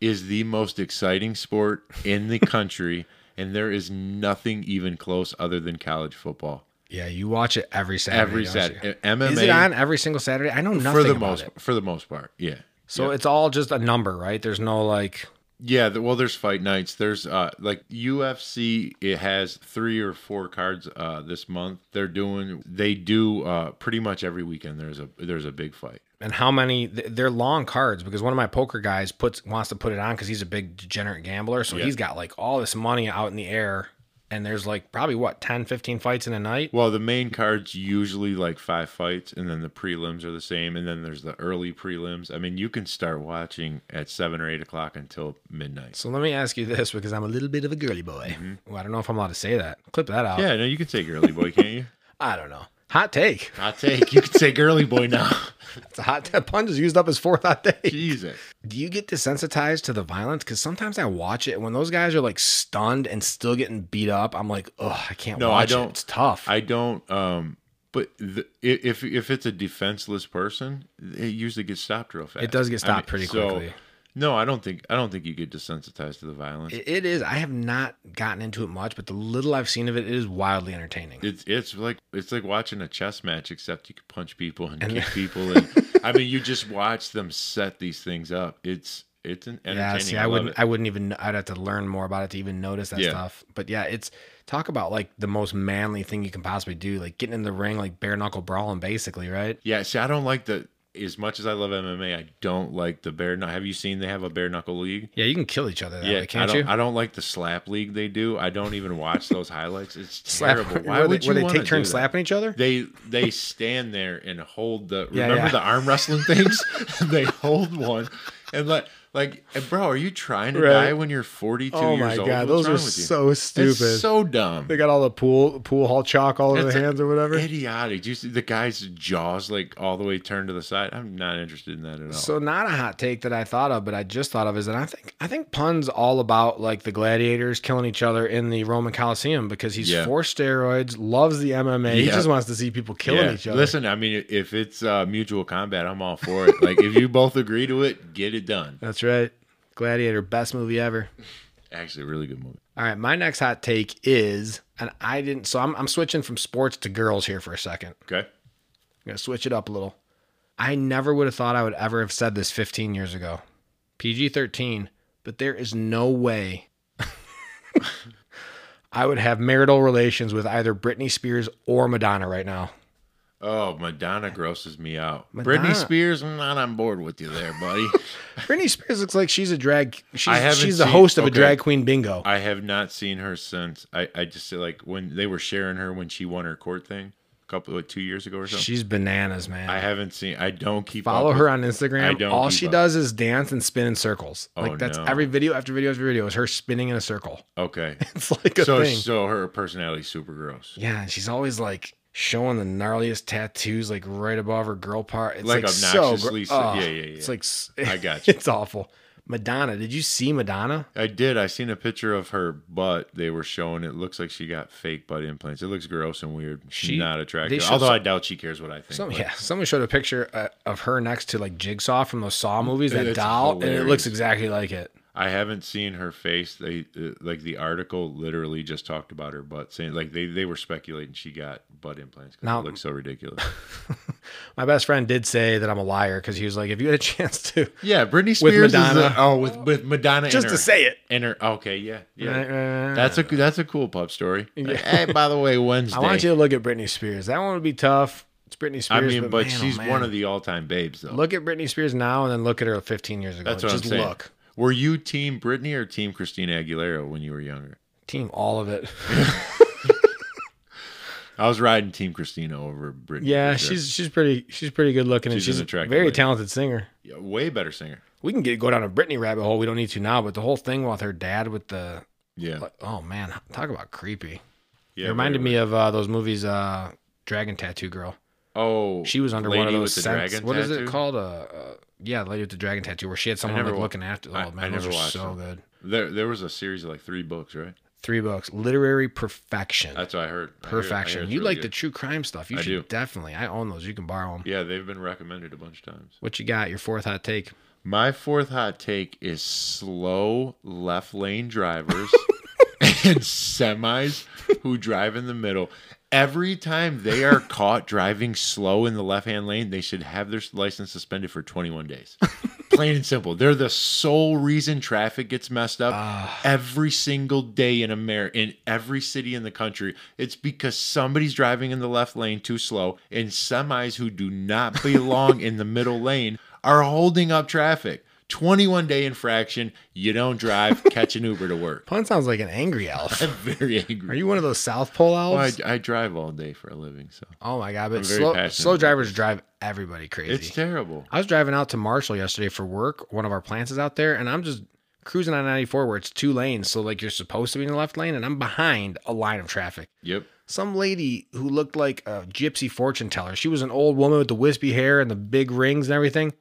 D: is the most exciting sport in the country, and there is nothing even close other than college football.
E: yeah you watch it every saturday
D: Every
E: don't you?
D: Saturday, MMA
E: is it on every single saturday i know nothing
D: for the
E: about
D: most
E: it
D: for the most part. Yeah.
E: so it's all just a number right there's no like
D: Yeah, the, well, there's fight nights. There's uh, like UFC. It has three or four cards uh, this month. They're doing. They do uh, pretty much every weekend. There's a there's a big fight.
E: and how many th- they're long cards because one of my poker guys puts wants to put it on because he's a big degenerate gambler so he's got like all this money out in the air and there's like probably what 10 15 fights in a night
D: Well, the main card's usually like five fights, and then the prelims are the same, and then there's the early prelims. I mean, you can start watching at seven or eight o'clock until midnight.
E: so let me ask you this because i'm a little bit of a girly boy well, i don't know if i'm allowed to say that clip that out
D: Mm-hmm. Yeah, no, you can say girly boy, can't you?
E: i don't know hot take
D: Hot take. You can say girly boy now.
E: it's a hot take punch has used up his fourth hot take
D: Jesus.
E: do you get desensitized to the violence because sometimes i watch it when those guys are like stunned and still getting beat up i'm like oh i can't
D: No, I
E: watch
D: don't-
E: it it's tough
D: I don't. Um, but the, i- if if it's a defenseless person, it usually gets stopped real fast.
E: It does get
D: I mean,
E: stopped pretty
D: so-
E: quickly.
D: No, I don't think I don't think you get desensitized to the violence.
E: It- It is. I have not gotten into it much, but the little I've seen of it, it is wildly entertaining.
D: It's it's like it's like watching a chess match, except you can punch people and kick people, and I mean, you just watch them set these things up. It's it's an entertaining.
E: yeah, see,
D: I,
E: I,
D: love
E: wouldn't.
D: it.
E: I wouldn't even. I'd have to learn more about it to even notice that
D: Yeah.
E: stuff. But yeah, it's talk about like the most manly thing you can possibly do, like getting in the ring, like bare knuckle brawling, basically, right?
D: yeah, see, I don't like the as much as I love MMA. I don't like the bare. knuck- Have you seen they have a bare knuckle league?
E: Yeah, you can kill each other that way,
D: I
E: can't
D: don't.
E: you?
D: I don't like the slap league they do. I don't even watch those highlights. It's
E: Slap-
D: terrible. Why
E: where
D: would
E: they,
D: you
E: where they
D: wanna
E: take
D: do
E: turns
D: that?
E: slapping each other?
D: They they stand there and hold the
E: Yeah,
D: remember
E: yeah.
D: the arm wrestling things? they hold one and like like and bro, are you trying to
E: Right.
D: die when you're 42
E: Oh
D: years
E: my
D: old? What's
E: God, those are
D: wrong with you?
E: so stupid.
D: It's so dumb.
E: got all the pool pool hall chalk all
D: It's a-
E: or whatever.
D: Idiotic. Do you see the guy's jaws like all the way turned to the side? I'm not interested in that at all.
E: So not a hot take that I thought of, but I just thought of is that I think I think Pun's all about like the gladiators killing each other in the Roman Coliseum because he's
D: Yeah.
E: for steroids, loves the MMA, he
D: Yeah.
E: just wants to see people killing
D: Yeah.
E: each other.
D: Listen, I mean, if it's uh, mutual combat, I'm all for it. Like, if you both agree to it, get it done.
E: That's right. Gladiator, best movie ever.
D: Actually, a really good movie.
E: All right, my next hot take is, and I didn't, so I'm, I'm switching from sports to girls here for a second. I'm
D: Okay.
E: gonna switch it up a little. I never would have thought I would ever have said this 15 years ago. PG 13, but there is no way I would have marital relations with either Britney Spears or Madonna right now.
D: Oh, Madonna grosses me out.
E: Madonna.
D: Britney Spears, I'm not on board with you there, buddy.
E: Britney Spears looks like she's a drag.
D: I
E: She's,
D: haven't
E: she's the
D: seen-
E: host of a
D: okay.
E: drag queen bingo.
D: I have not seen her since. I, I just say like when they were sharing her when she won her court thing a couple like two years ago or something.
E: she's bananas, man.
D: I haven't seen. I don't keep
E: Follow
D: up
E: her
D: with-
E: on Instagram.
D: I don't
E: All
D: keep
E: she
D: up.
E: does is dance and spin in circles. like that's
D: Oh, no.
E: every video after video after video is her spinning in a circle.
D: Okay,
E: It's like a
D: so
E: thing.
D: so her personality's super gross.
E: yeah, and she's always like showing the gnarliest tattoos like right above her girl part. It's like,
D: Like
E: so gr-
D: obnoxiously so-
E: Ugh,
D: yeah, yeah, yeah.
E: It's like s-
D: I got you.
E: It's awful. Madonna, did you see Madonna?
D: I did. I seen a picture of her butt. They were showing. It looks like she got fake butt implants. It looks gross and weird.
E: She-
D: She's not attractive.
E: showed
D: Although
E: some-
D: I doubt she cares what I think.
E: Some,
D: but-
E: yeah, someone showed a picture uh, of her next to like Jigsaw from those Saw movies, that
D: It's
E: doll, and it
D: hilarious.
E: looks exactly like it.
D: I haven't seen her face. They uh, like the article literally just talked about her butt, saying like they, they were speculating she got butt implants because
E: Now-
D: it looks so ridiculous.
E: My best friend did say that I'm a liar because he was like, if you had a chance to,
D: yeah, Britney Spears
E: With
D: is
E: Madonna.
D: the- oh, with with Madonna.
E: just
D: in
E: to
D: her,
E: say it.
D: in her. Okay, yeah, yeah.
E: Right, right, right,
D: That's a that's a cool pub story. Hey, by the way, Wednesday.
E: I want you to look at Britney Spears. That one would be tough. It's Britney Spears.
D: I mean, but,
E: man, oh,
D: she's
E: man.
D: one of the all time babes though.
E: Look at Britney Spears now, and then look at her 15 years ago.
D: that's what
E: Just
D: I'm saying.
E: look.
D: Were you team Britney or team Christina Aguilera when you were younger?
E: Team all of it.
D: I was riding team Christina over Britney.
E: Yeah,
D: for sure.
E: she's she's pretty she's pretty good looking, and
D: She's an
E: she's a
D: attractive
E: very
D: lady.
E: talented singer.
D: Yeah, way better singer.
E: We can get go down a Britney rabbit hole. We don't need to now, but the whole thing with her dad with the
D: Yeah,
E: like, oh man, talk about creepy.
D: yeah.
E: it reminded
D: way-
E: me of uh, those movies, uh, Dragon Tattoo Girl.
D: Oh,
E: She was under one of
D: Lady
E: those
D: with the
E: scents.
D: dragon
E: What is it
D: tattoo?
E: called? Uh, uh, yeah, the lady with the dragon tattoo, where she had someone
D: never
E: like
D: wa-
E: looking after. Oh
D: I-
E: man,
D: I
E: those
D: never
E: are
D: watched them.
E: so good.
D: There, there was a series of like three books, right?
E: Three books, literary perfection.
D: That's what I heard. I hear- I hear
E: perfection.
D: it's
E: you
D: really
E: like the
D: good.
E: true crime stuff? You
D: I
E: should
D: do.
E: definitely. I own those. You can borrow them.
D: Yeah, they've been recommended a bunch of times.
E: What you got? Your fourth hot take.
D: My fourth hot take is slow left lane drivers and semis who drive in the middle. Every time they are caught driving slow in the left hand lane, they should have their license suspended for 21 days. Plain and simple. They're the sole reason traffic gets messed up
E: Ah.
D: every single day in America, in every city in the country. It's because somebody's driving in the left lane too slow, and semis who do not belong in the middle lane are holding up traffic. 21 day infraction. You don't drive, catch an Uber to work.
E: Pun sounds like an angry elf.
D: I'm very
E: Are
D: angry.
E: you one of those South Pole
D: Well, I,
E: elves?
D: I drive all day for a living, so
E: oh my god! But
D: I'm very
E: slow,
D: passionate
E: slow
D: about
E: drivers drive everybody crazy.
D: it's terrible.
E: I was driving out to Marshall yesterday for work. One of our plants is out there, and I'm just cruising on 94 where it's two lanes. So, like, you're supposed to be in the left lane, and I'm behind a line of traffic.
D: Yep.
E: Some lady who looked like a gypsy fortune teller, she was an old woman with the wispy hair and the big rings and everything,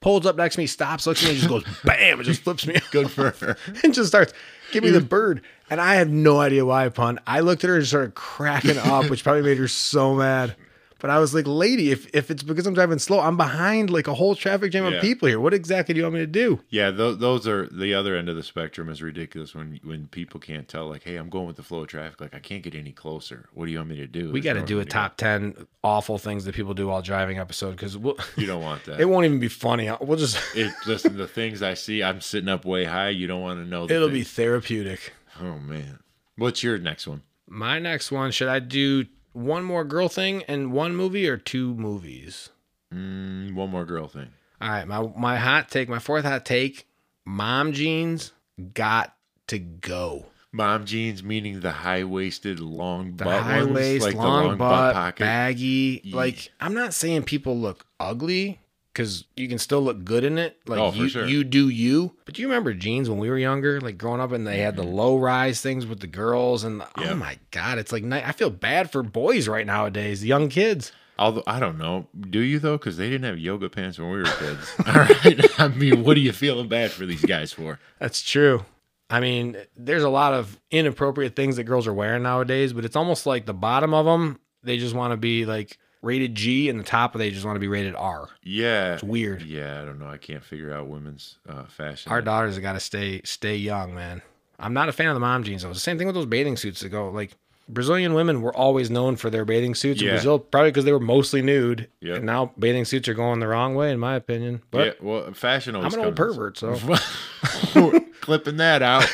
E: pulls up next to me, stops, looks at me, and just goes, bam, and just flips me off
D: Good for her.
E: and just starts, give me the bird. And I have no idea why, pun. I looked at her and started cracking up, which probably made her so mad. But I was like, lady, if, if it's because I'm driving slow, I'm behind like a whole traffic jam
D: Yeah.
E: of people here. What exactly do you want me to do?
D: Yeah, th- those are the other end of the spectrum is ridiculous when when people can't tell like, hey, I'm going with the flow of traffic, like I can't get any closer. What do you want me to do?
E: We
D: There's
E: got to
D: nowhere
E: do a
D: to
E: top 10 awful things that people do while driving episode because we'll,
D: You don't want that.
E: it won't even be funny. We'll just,
D: it, listen, the things I see, I'm sitting up way high. You don't want to know. The
E: it'll be
D: things.
E: therapeutic.
D: Oh man, what's your next one?
E: My next one, should I do one more girl thing and one movie or two movies?
D: Mm, one more girl thing.
E: All right, my my hot take, my fourth hot take, mom jeans got to go.
D: Mom jeans, meaning the high waisted, long
E: The
D: butt
E: high
D: ones,
E: waist,
D: like
E: long,
D: the long
E: butt,
D: butt pocket.
E: baggy.
D: Yeah.
E: Like I'm not saying people look ugly because you can still look good in it. Like
D: Oh, for
E: you,
D: sure.
E: you do you. But do you remember jeans when we were younger? Like growing up, and they had the low rise things with the girls, and oh
D: Mm-hmm. Yeah.
E: my god, it's like night. I feel bad for boys right nowadays, the young kids.
D: Although I don't know, do you though? Because they didn't have yoga pants when we were kids. All right, I mean, what are you feeling bad for these guys for?
E: That's true. I mean, there's a lot of inappropriate things that girls are wearing nowadays, but it's almost like the bottom of them, they just want to be like rated G, and the top of they just want to be rated R.
D: Yeah,
E: It's weird.
D: Yeah, I don't know. I can't figure out women's uh, fashion.
E: Our daughters have got to stay stay young, man. I'm not a fan of the mom jeans. though. It's the same thing with those bathing suits that go like Brazilian women were always known for their bathing suits in
D: Yeah.
E: Brazil, probably because they were mostly nude.
D: Yep.
E: And now bathing suits are going the wrong way, in my opinion. But
D: yeah, well, fashion
E: I'm
D: always.
E: an old
D: comes-
E: pervert, so
D: We're clipping that out.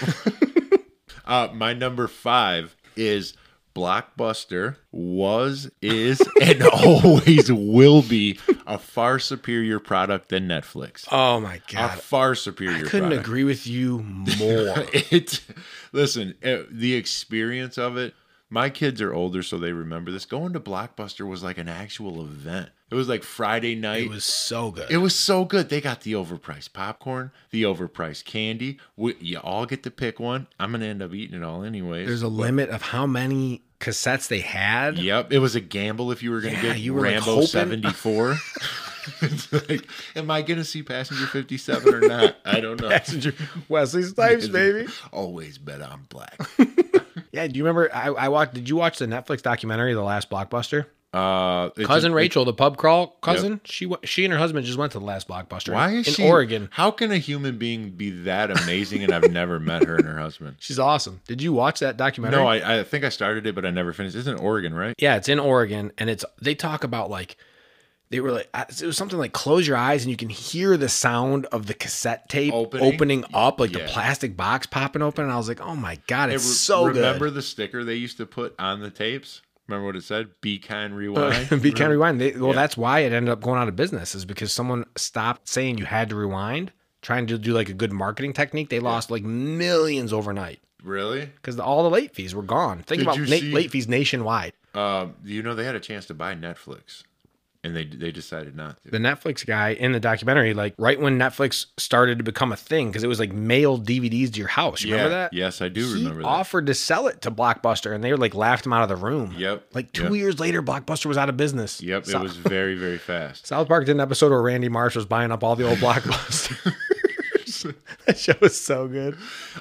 D: uh, my number five is Blockbuster was, is, and always will be a far superior product than Netflix.
E: Oh my
D: a
E: god.
D: far
E: I
D: superior
E: couldn't
D: product.
E: agree with you more.
D: it listen eh, the experience of it my kids are older so they remember this going to blockbuster was like an actual event it was like friday night
E: it was so good.
D: it was so good. They got the overpriced popcorn, the overpriced candy. We, you all get to pick one. I'm gonna end up eating it all anyways.
E: There's a limit of how many cassettes they had.
D: Yep, it was a gamble if you were going to
E: Yeah,
D: get
E: you were, like,
D: Rambo
E: hoping-
D: 74. It's like, am I going to see Passenger 57 or not? I don't know.
E: Passenger Wesley Snipes, baby.
D: Always bet I'm black.
E: Yeah, do you remember? I, I watched. Did you watch the Netflix documentary, The Last Blockbuster?
D: Uh, it's
E: cousin
D: a-
E: Rachel, the pub crawl cousin. She She she and her husband just went to the Last Blockbuster.
D: Why
E: in
D: is she
E: Oregon?
D: How can a human being be that amazing? And I've never met her and her husband.
E: She's awesome. Did you watch that documentary?
D: No, I, I think I started it, but I never finished. It's in Oregon, right?
E: yeah, it's in Oregon, and it's they talk about like they were like I- it was something like close your eyes and you can hear the sound of the cassette tape
D: Opening?
E: up, like
D: Yeah.
E: the plastic box popping open, and I was like, oh my god,
D: I
E: it's
D: re-
E: so
D: remember
E: good.
D: the sticker they used to put on the tapes? Remember what it said? Be kind, rewind.
E: Uh, Be kind rewind. They,
D: Yeah.
E: well, that's why it ended up going out of business is because someone stopped saying you had to rewind, trying to do like a good marketing technique. They lost like millions overnight.
D: Really?
E: because all the late fees were gone. Think
D: Did
E: about
D: you
E: na-
D: see-
E: late fees nationwide.
D: Um, you know, they had a chance to buy Netflix, and they they decided not to.
E: The Netflix guy in the documentary, like right when Netflix started to become a thing, because it was like mailed DVDs to your house. You remember that?
D: Yes, I do
E: He
D: remember that.
E: offered to sell it to Blockbuster, and they like laughed him out of the room.
D: Yep.
E: Like two
D: Yep.
E: years later, Blockbuster was out of business.
D: Yep,
E: So-
D: it was very very fast.
E: South Park did an episode where Randy Marsh was buying up all the old Blockbusters. that show was so good.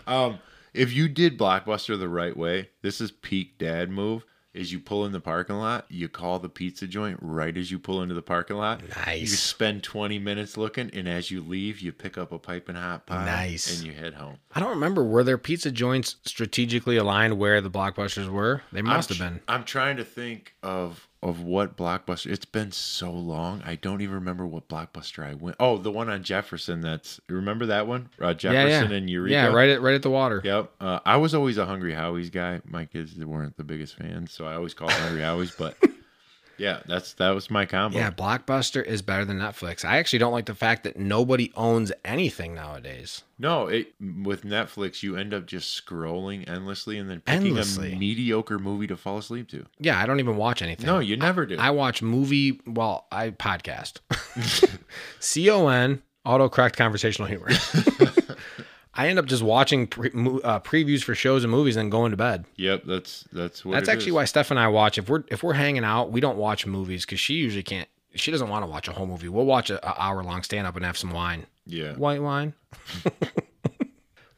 D: Um, if you did Blockbuster the right way, this is peak dad move. Is you pull in the parking lot, you call the pizza joint right as you pull into the parking lot. You
E: Nice.
D: spend 20 minutes looking, and as you leave, you pick up a pipe and hot pie.
E: Nice.
D: And you head home.
E: I don't remember were their pizza joints strategically aligned where the Blockbusters were. They must
D: I'm
E: have
D: tr-
E: been.
D: I'm trying to think of of what blockbuster. It's been so long. I don't even remember what blockbuster I went. Oh, the one on Jefferson. That's remember that one? Uh, Jefferson and Eureka.
E: Yeah, right at right at the water.
D: Yep. Uh, I was always a Hungry Howie's guy. My kids weren't the biggest fans, so I always called them Hungry Howie's. But yeah, that's that was my combo.
E: Yeah, Blockbuster is better than Netflix. I actually don't like the fact that nobody owns anything nowadays.
D: No, it with Netflix, you end up just scrolling endlessly and then picking
E: Endlessly.
D: a mediocre movie to fall asleep to.
E: Yeah, I don't even watch anything.
D: No, you never do.
E: I watch movie, well, I podcast. C O N, autocorrect conversational humor. I end up just watching pre- mo- uh, previews for shows and movies and going to bed.
D: yep, that's that's what.
E: That's
D: it
E: actually
D: is.
E: why Steph and I watch. If we're if we're hanging out, we don't watch movies because she usually can't. She doesn't want to watch a whole movie. We'll watch a, a hour long stand up and have some wine.
D: Yeah.
E: white wine.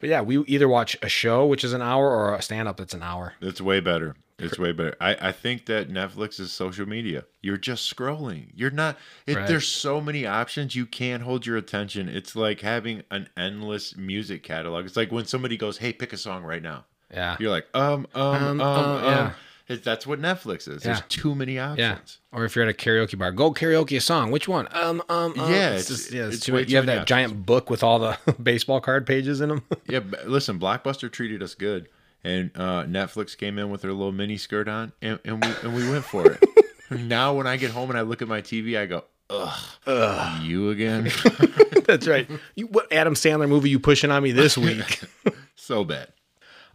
E: but yeah, we either watch a show which is an hour or a stand up that's an hour.
D: It's way better. It's way better. I, I think that Netflix is social media. You're just scrolling. You're not. It,
E: Right.
D: There's so many options. You can't hold your attention. It's like having an endless music catalog. It's like when somebody goes, "Hey, pick a song right now."
E: Yeah.
D: You're like, um, um,
E: Um,
D: um, um.
E: um, yeah.
D: It- that's what Netflix is.
E: Yeah.
D: There's too many
E: Yeah.
D: options.
E: Or if you're at a karaoke bar, go karaoke a song. Which one? Um, um, um.
D: Yeah,
E: It's
D: it's-
E: just, yeah, it's
D: it's
E: too
D: way
E: many.
D: too
E: You have that
D: many options.
E: giant book with all the baseball card pages in them.
D: Yeah. but listen, Blockbuster treated us good, and uh, Netflix came in with their little mini skirt on, and, and we and we went for it. now, when I get home and I look at my TV, I go, ugh, ugh. you again.
E: that's right. You, what Adam Sandler movie you pushing on me this week?
D: So bad.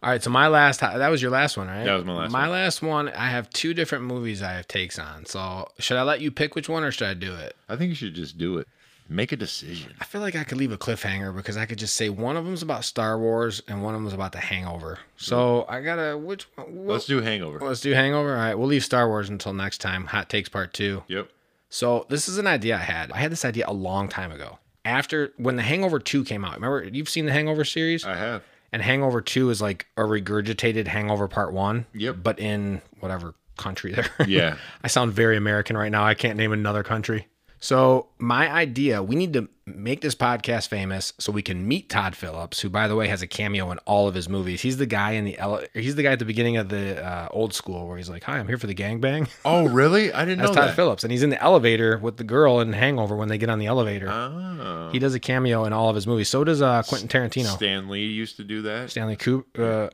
E: all right, so my last that was your last one, right?
D: That was my last
E: My
D: one.
E: last one. I have two different movies I have takes on. So should I let you pick which one or should I do it?
D: I think you should just do it. Make a decision.
E: I feel like I could leave a cliffhanger because I could just say one of them's about Star Wars and one of them's about The Hangover. So I gotta which one?
D: Let's do Hangover.
E: let's do Hangover. All right, we'll leave Star Wars until next time. Hot takes part two.
D: Yep.
E: So this is an idea I had. I had this idea a long time ago. After when The Hangover two came out, remember you've seen the Hangover series,
D: I have.
E: and Hangover two is like a regurgitated Hangover part one.
D: Yep.
E: But in whatever country they're. in.
D: Yeah.
E: I sound very American right now. I can't name another country. So, my idea we need to make this podcast famous so we can meet Todd Phillips, who, by the way, has a cameo in all of his movies. He's the guy in the ele- he's the guy at the beginning of the uh, old school where he's like, "Hi, I'm here for the gangbang."
D: Oh, really? I didn't
E: That's
D: know
E: Todd
D: that.
E: Phillips, and he's in the elevator with the girl in Hangover when they get on the elevator.
D: Oh.
E: he does a cameo in all of his movies. So does uh, Quentin Tarantino,
D: Stan Lee used to do that.
E: Stanley Coop, uh,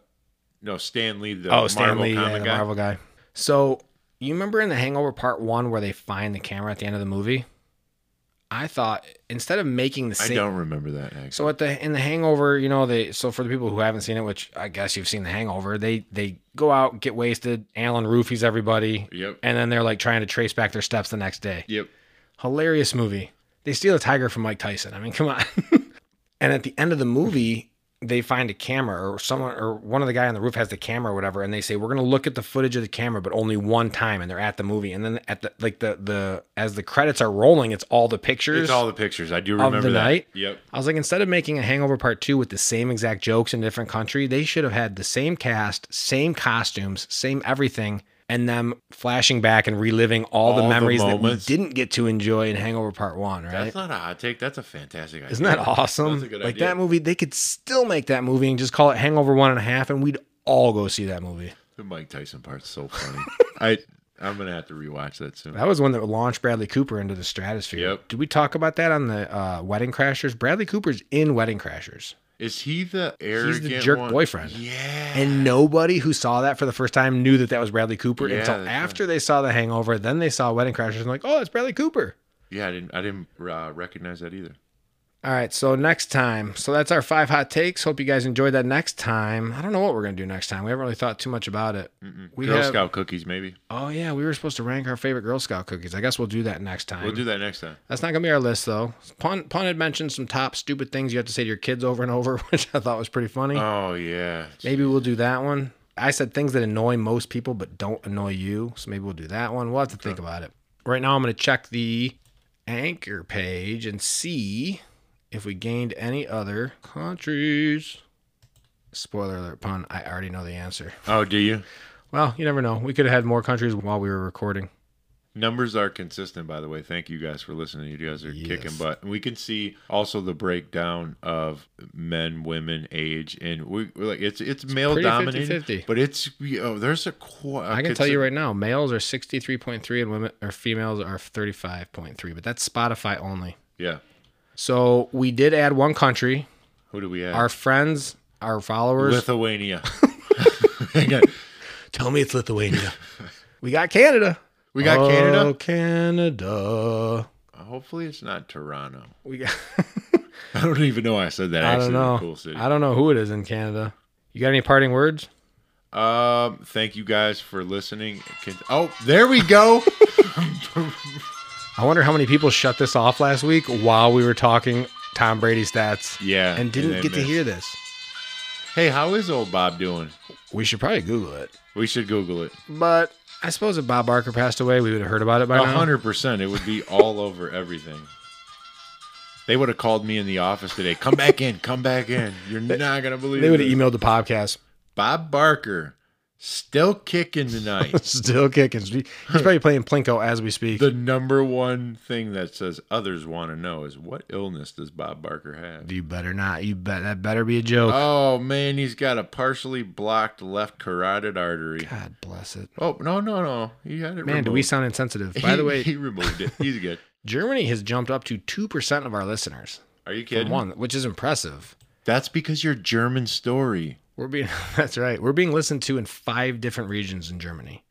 D: No, Stan Lee, the
E: oh,
D: Marvel
E: Stan Lee, yeah,
D: comic
E: the
D: guy.
E: Marvel guy. So you remember in the Hangover Part One where they find the camera at the end of the movie? I thought instead of making the
D: I
E: same,
D: don't remember that. Actually.
E: So at the in the Hangover, you know, they so for the people who haven't seen it, which I guess you've seen the Hangover, they they go out, get wasted, Alan roofies everybody,
D: Yep.
E: and then they're like trying to trace back their steps the next day.
D: Yep.
E: Hilarious movie. They steal a tiger from Mike Tyson. I mean, come on. and at the end of the movie, they find a camera or someone or one of the guy on the roof has the camera or whatever, and they say, We're gonna look at the footage of the camera, but only one time, and they're at the movie. And then at the like the the as the credits are rolling, it's all the pictures.
D: It's all the pictures. I do
E: the
D: remember that.
E: night?
D: Yep.
E: I was like, instead of making a Hangover Part Two with the same exact jokes in a different country, they should have had the same cast, same costumes, same everything, and them flashing back and reliving all,
D: All
E: the
D: the
E: memories that we
D: moments.
E: didn't get to enjoy in Hangover Part One. Right?
D: That's not a hot take. That's a fantastic idea.
E: Isn't that awesome?
D: That's a good
E: like
D: idea.
E: that movie, they could still make that movie and just call it Hangover One and a Half, and we'd all go see that movie.
D: The Mike Tyson part's so funny. I I'm gonna have to rewatch that soon.
E: That was one that launched Bradley Cooper into the stratosphere.
D: Yep.
E: Did we talk about that on the uh, Wedding Crashers? Bradley Cooper's in Wedding Crashers.
D: Is he the arrogant
E: jerk
D: one?
E: boyfriend.
D: Yeah.
E: And nobody who saw that for the first time knew that that was Bradley Cooper
D: Yeah,
E: until
D: that's
E: after they saw The Hangover. Then they saw Wedding Crashers and like, oh, it's Bradley Cooper.
D: yeah, I didn't I didn't uh, recognize that either.
E: All right, so next time. So that's our five hot takes. Hope you guys enjoyed that. Next time, I don't know what we're gonna do next time. We haven't really thought too much about it. We
D: Girl
E: have-
D: Scout cookies, maybe.
E: Oh yeah, we were supposed to rank our favorite Girl Scout cookies. I guess we'll do that next time.
D: We'll do that next time.
E: That's not gonna be our list though. Pun Pun had mentioned some top stupid things you have to say to your kids over and over, which I thought was pretty funny.
D: Oh yeah.
E: Maybe we'll do that one. I said things that annoy most people but don't annoy you. So maybe we'll do that one. We'll have to think about it. Right now, I'm going to check the anchor page and see if we gained any other countries. Spoiler alert pun. I already know the answer.
D: Oh, do you?
E: Well, you never know. We could have had more countries while we were recording.
D: Numbers are consistent, by the way. Thank you guys for listening. You guys are
E: Yes.
D: kicking butt. And we can see also the breakdown of men, women, age, and we we're like it's it's, male
E: pretty
D: dominated,
E: 50-50.
D: but it's we- oh there's a quite.
E: I can tell you right now, males are 63.3 and women or females are 35.3, but that's Spotify only.
D: Yeah,
E: So we did add one country.
D: who do we have?
E: Our friends, our followers,
D: Lithuania. Hang on.
E: Tell me it's Lithuania. we got Canada.
D: We got
E: oh,
D: Canada.
E: Canada.
D: Hopefully, it's not Toronto.
E: We got.
D: I don't even know why I said that.
E: I
D: Actually,
E: don't
D: it's
E: know.
D: A cool city.
E: I don't know who it is in Canada. You got any parting words?
D: Um, thank you guys for listening. Can- Oh, there we go.
E: I wonder how many people shut this off last week while we were talking Tom Brady stats
D: yeah,
E: and didn't
D: they
E: get to
D: missed.
E: hear this.
D: Hey, how is old Bob doing?
E: We should probably Google it.
D: We should Google it.
E: But I suppose if Bob Barker passed away, we would have heard about it by
D: A
E: now.
D: hundred percent. It would be all over everything. They would have called me in the office today. Come back in. Come back in. You're not gonna believe.
E: They would have
D: this.
E: emailed the podcast.
D: Bob Barker still kicking tonight.
E: Still kicking. He's probably playing Plinko as we speak.
D: the number one thing that says others want to know is what illness does Bob Barker have?
E: you better not. You bet. That better be a joke.
D: Oh man, he's got a partially blocked left carotid artery.
E: God bless it.
D: Oh no no no, he had it.
E: Man,
D: removed.
E: do we sound insensitive? By the
D: He-
E: way,
D: he removed it. He's good.
E: Germany has jumped up to 2% of our listeners.
D: Are you
E: from
D: kidding?
E: One, which is impressive.
D: That's because your German story.
E: We're being that's right. We're being listened to in five different regions in Germany.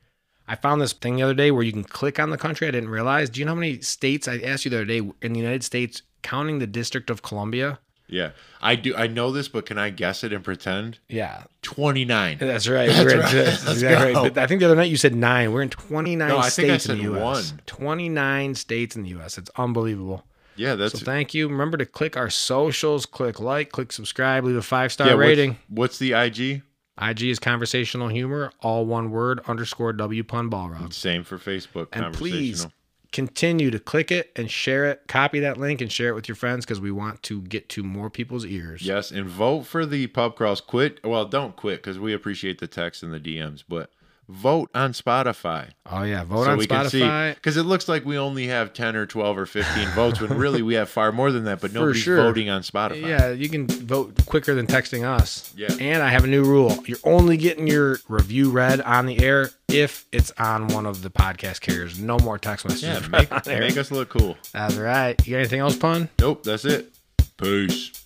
E: I found this thing the other day where you can click on the country. I didn't realize. Do you know how many states I asked you the other day in the United States, counting the District of Columbia?
D: Yeah, I do. I know this, but can I guess it and pretend?
E: Yeah,
D: Twenty nine.
E: that's right. We're in-
D: right.
E: that's
D: Let's
E: exactly
D: go.
E: right. But I think the other night you said nine. We're in 29
D: No, I
E: states
D: think I
E: in the
D: said
E: U.S.
D: one.
E: 29 states in the U.S. It's unbelievable.
D: Yeah, that's
E: So thank you. Remember to click our socials, click like, click subscribe, leave a five star
D: yeah, what's-
E: rating.
D: What's, the IG?
E: IG is conversational humor, all one word, underscore W pun Balrog.
D: Same for Facebook.
E: And please
D: conversational.
E: continue to click it and share it. Copy that link and share it with your friends because we want to get to more people's ears.
D: Yes, and vote for the pub crawls. Quit. Well, don't quit because we appreciate the text and the DMs, but vote on Spotify
E: Oh yeah, vote
D: so
E: on
D: we can
E: Spotify.
D: see because it looks like we only have ten or twelve or fifteen votes when really we have far more than that. But
E: For
D: nobody's
E: sure.
D: voting on Spotify.
E: Yeah, you can vote quicker than texting us.
D: Yeah.
E: And I have a new rule. You're only getting your review read on the air if it's on one of the podcast carriers. No more text
D: yeah.
E: messages.
D: Make,
E: on air.
D: make us look cool.
E: That's right. You got anything else, pun?
D: Nope, that's it. Peace.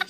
D: Like,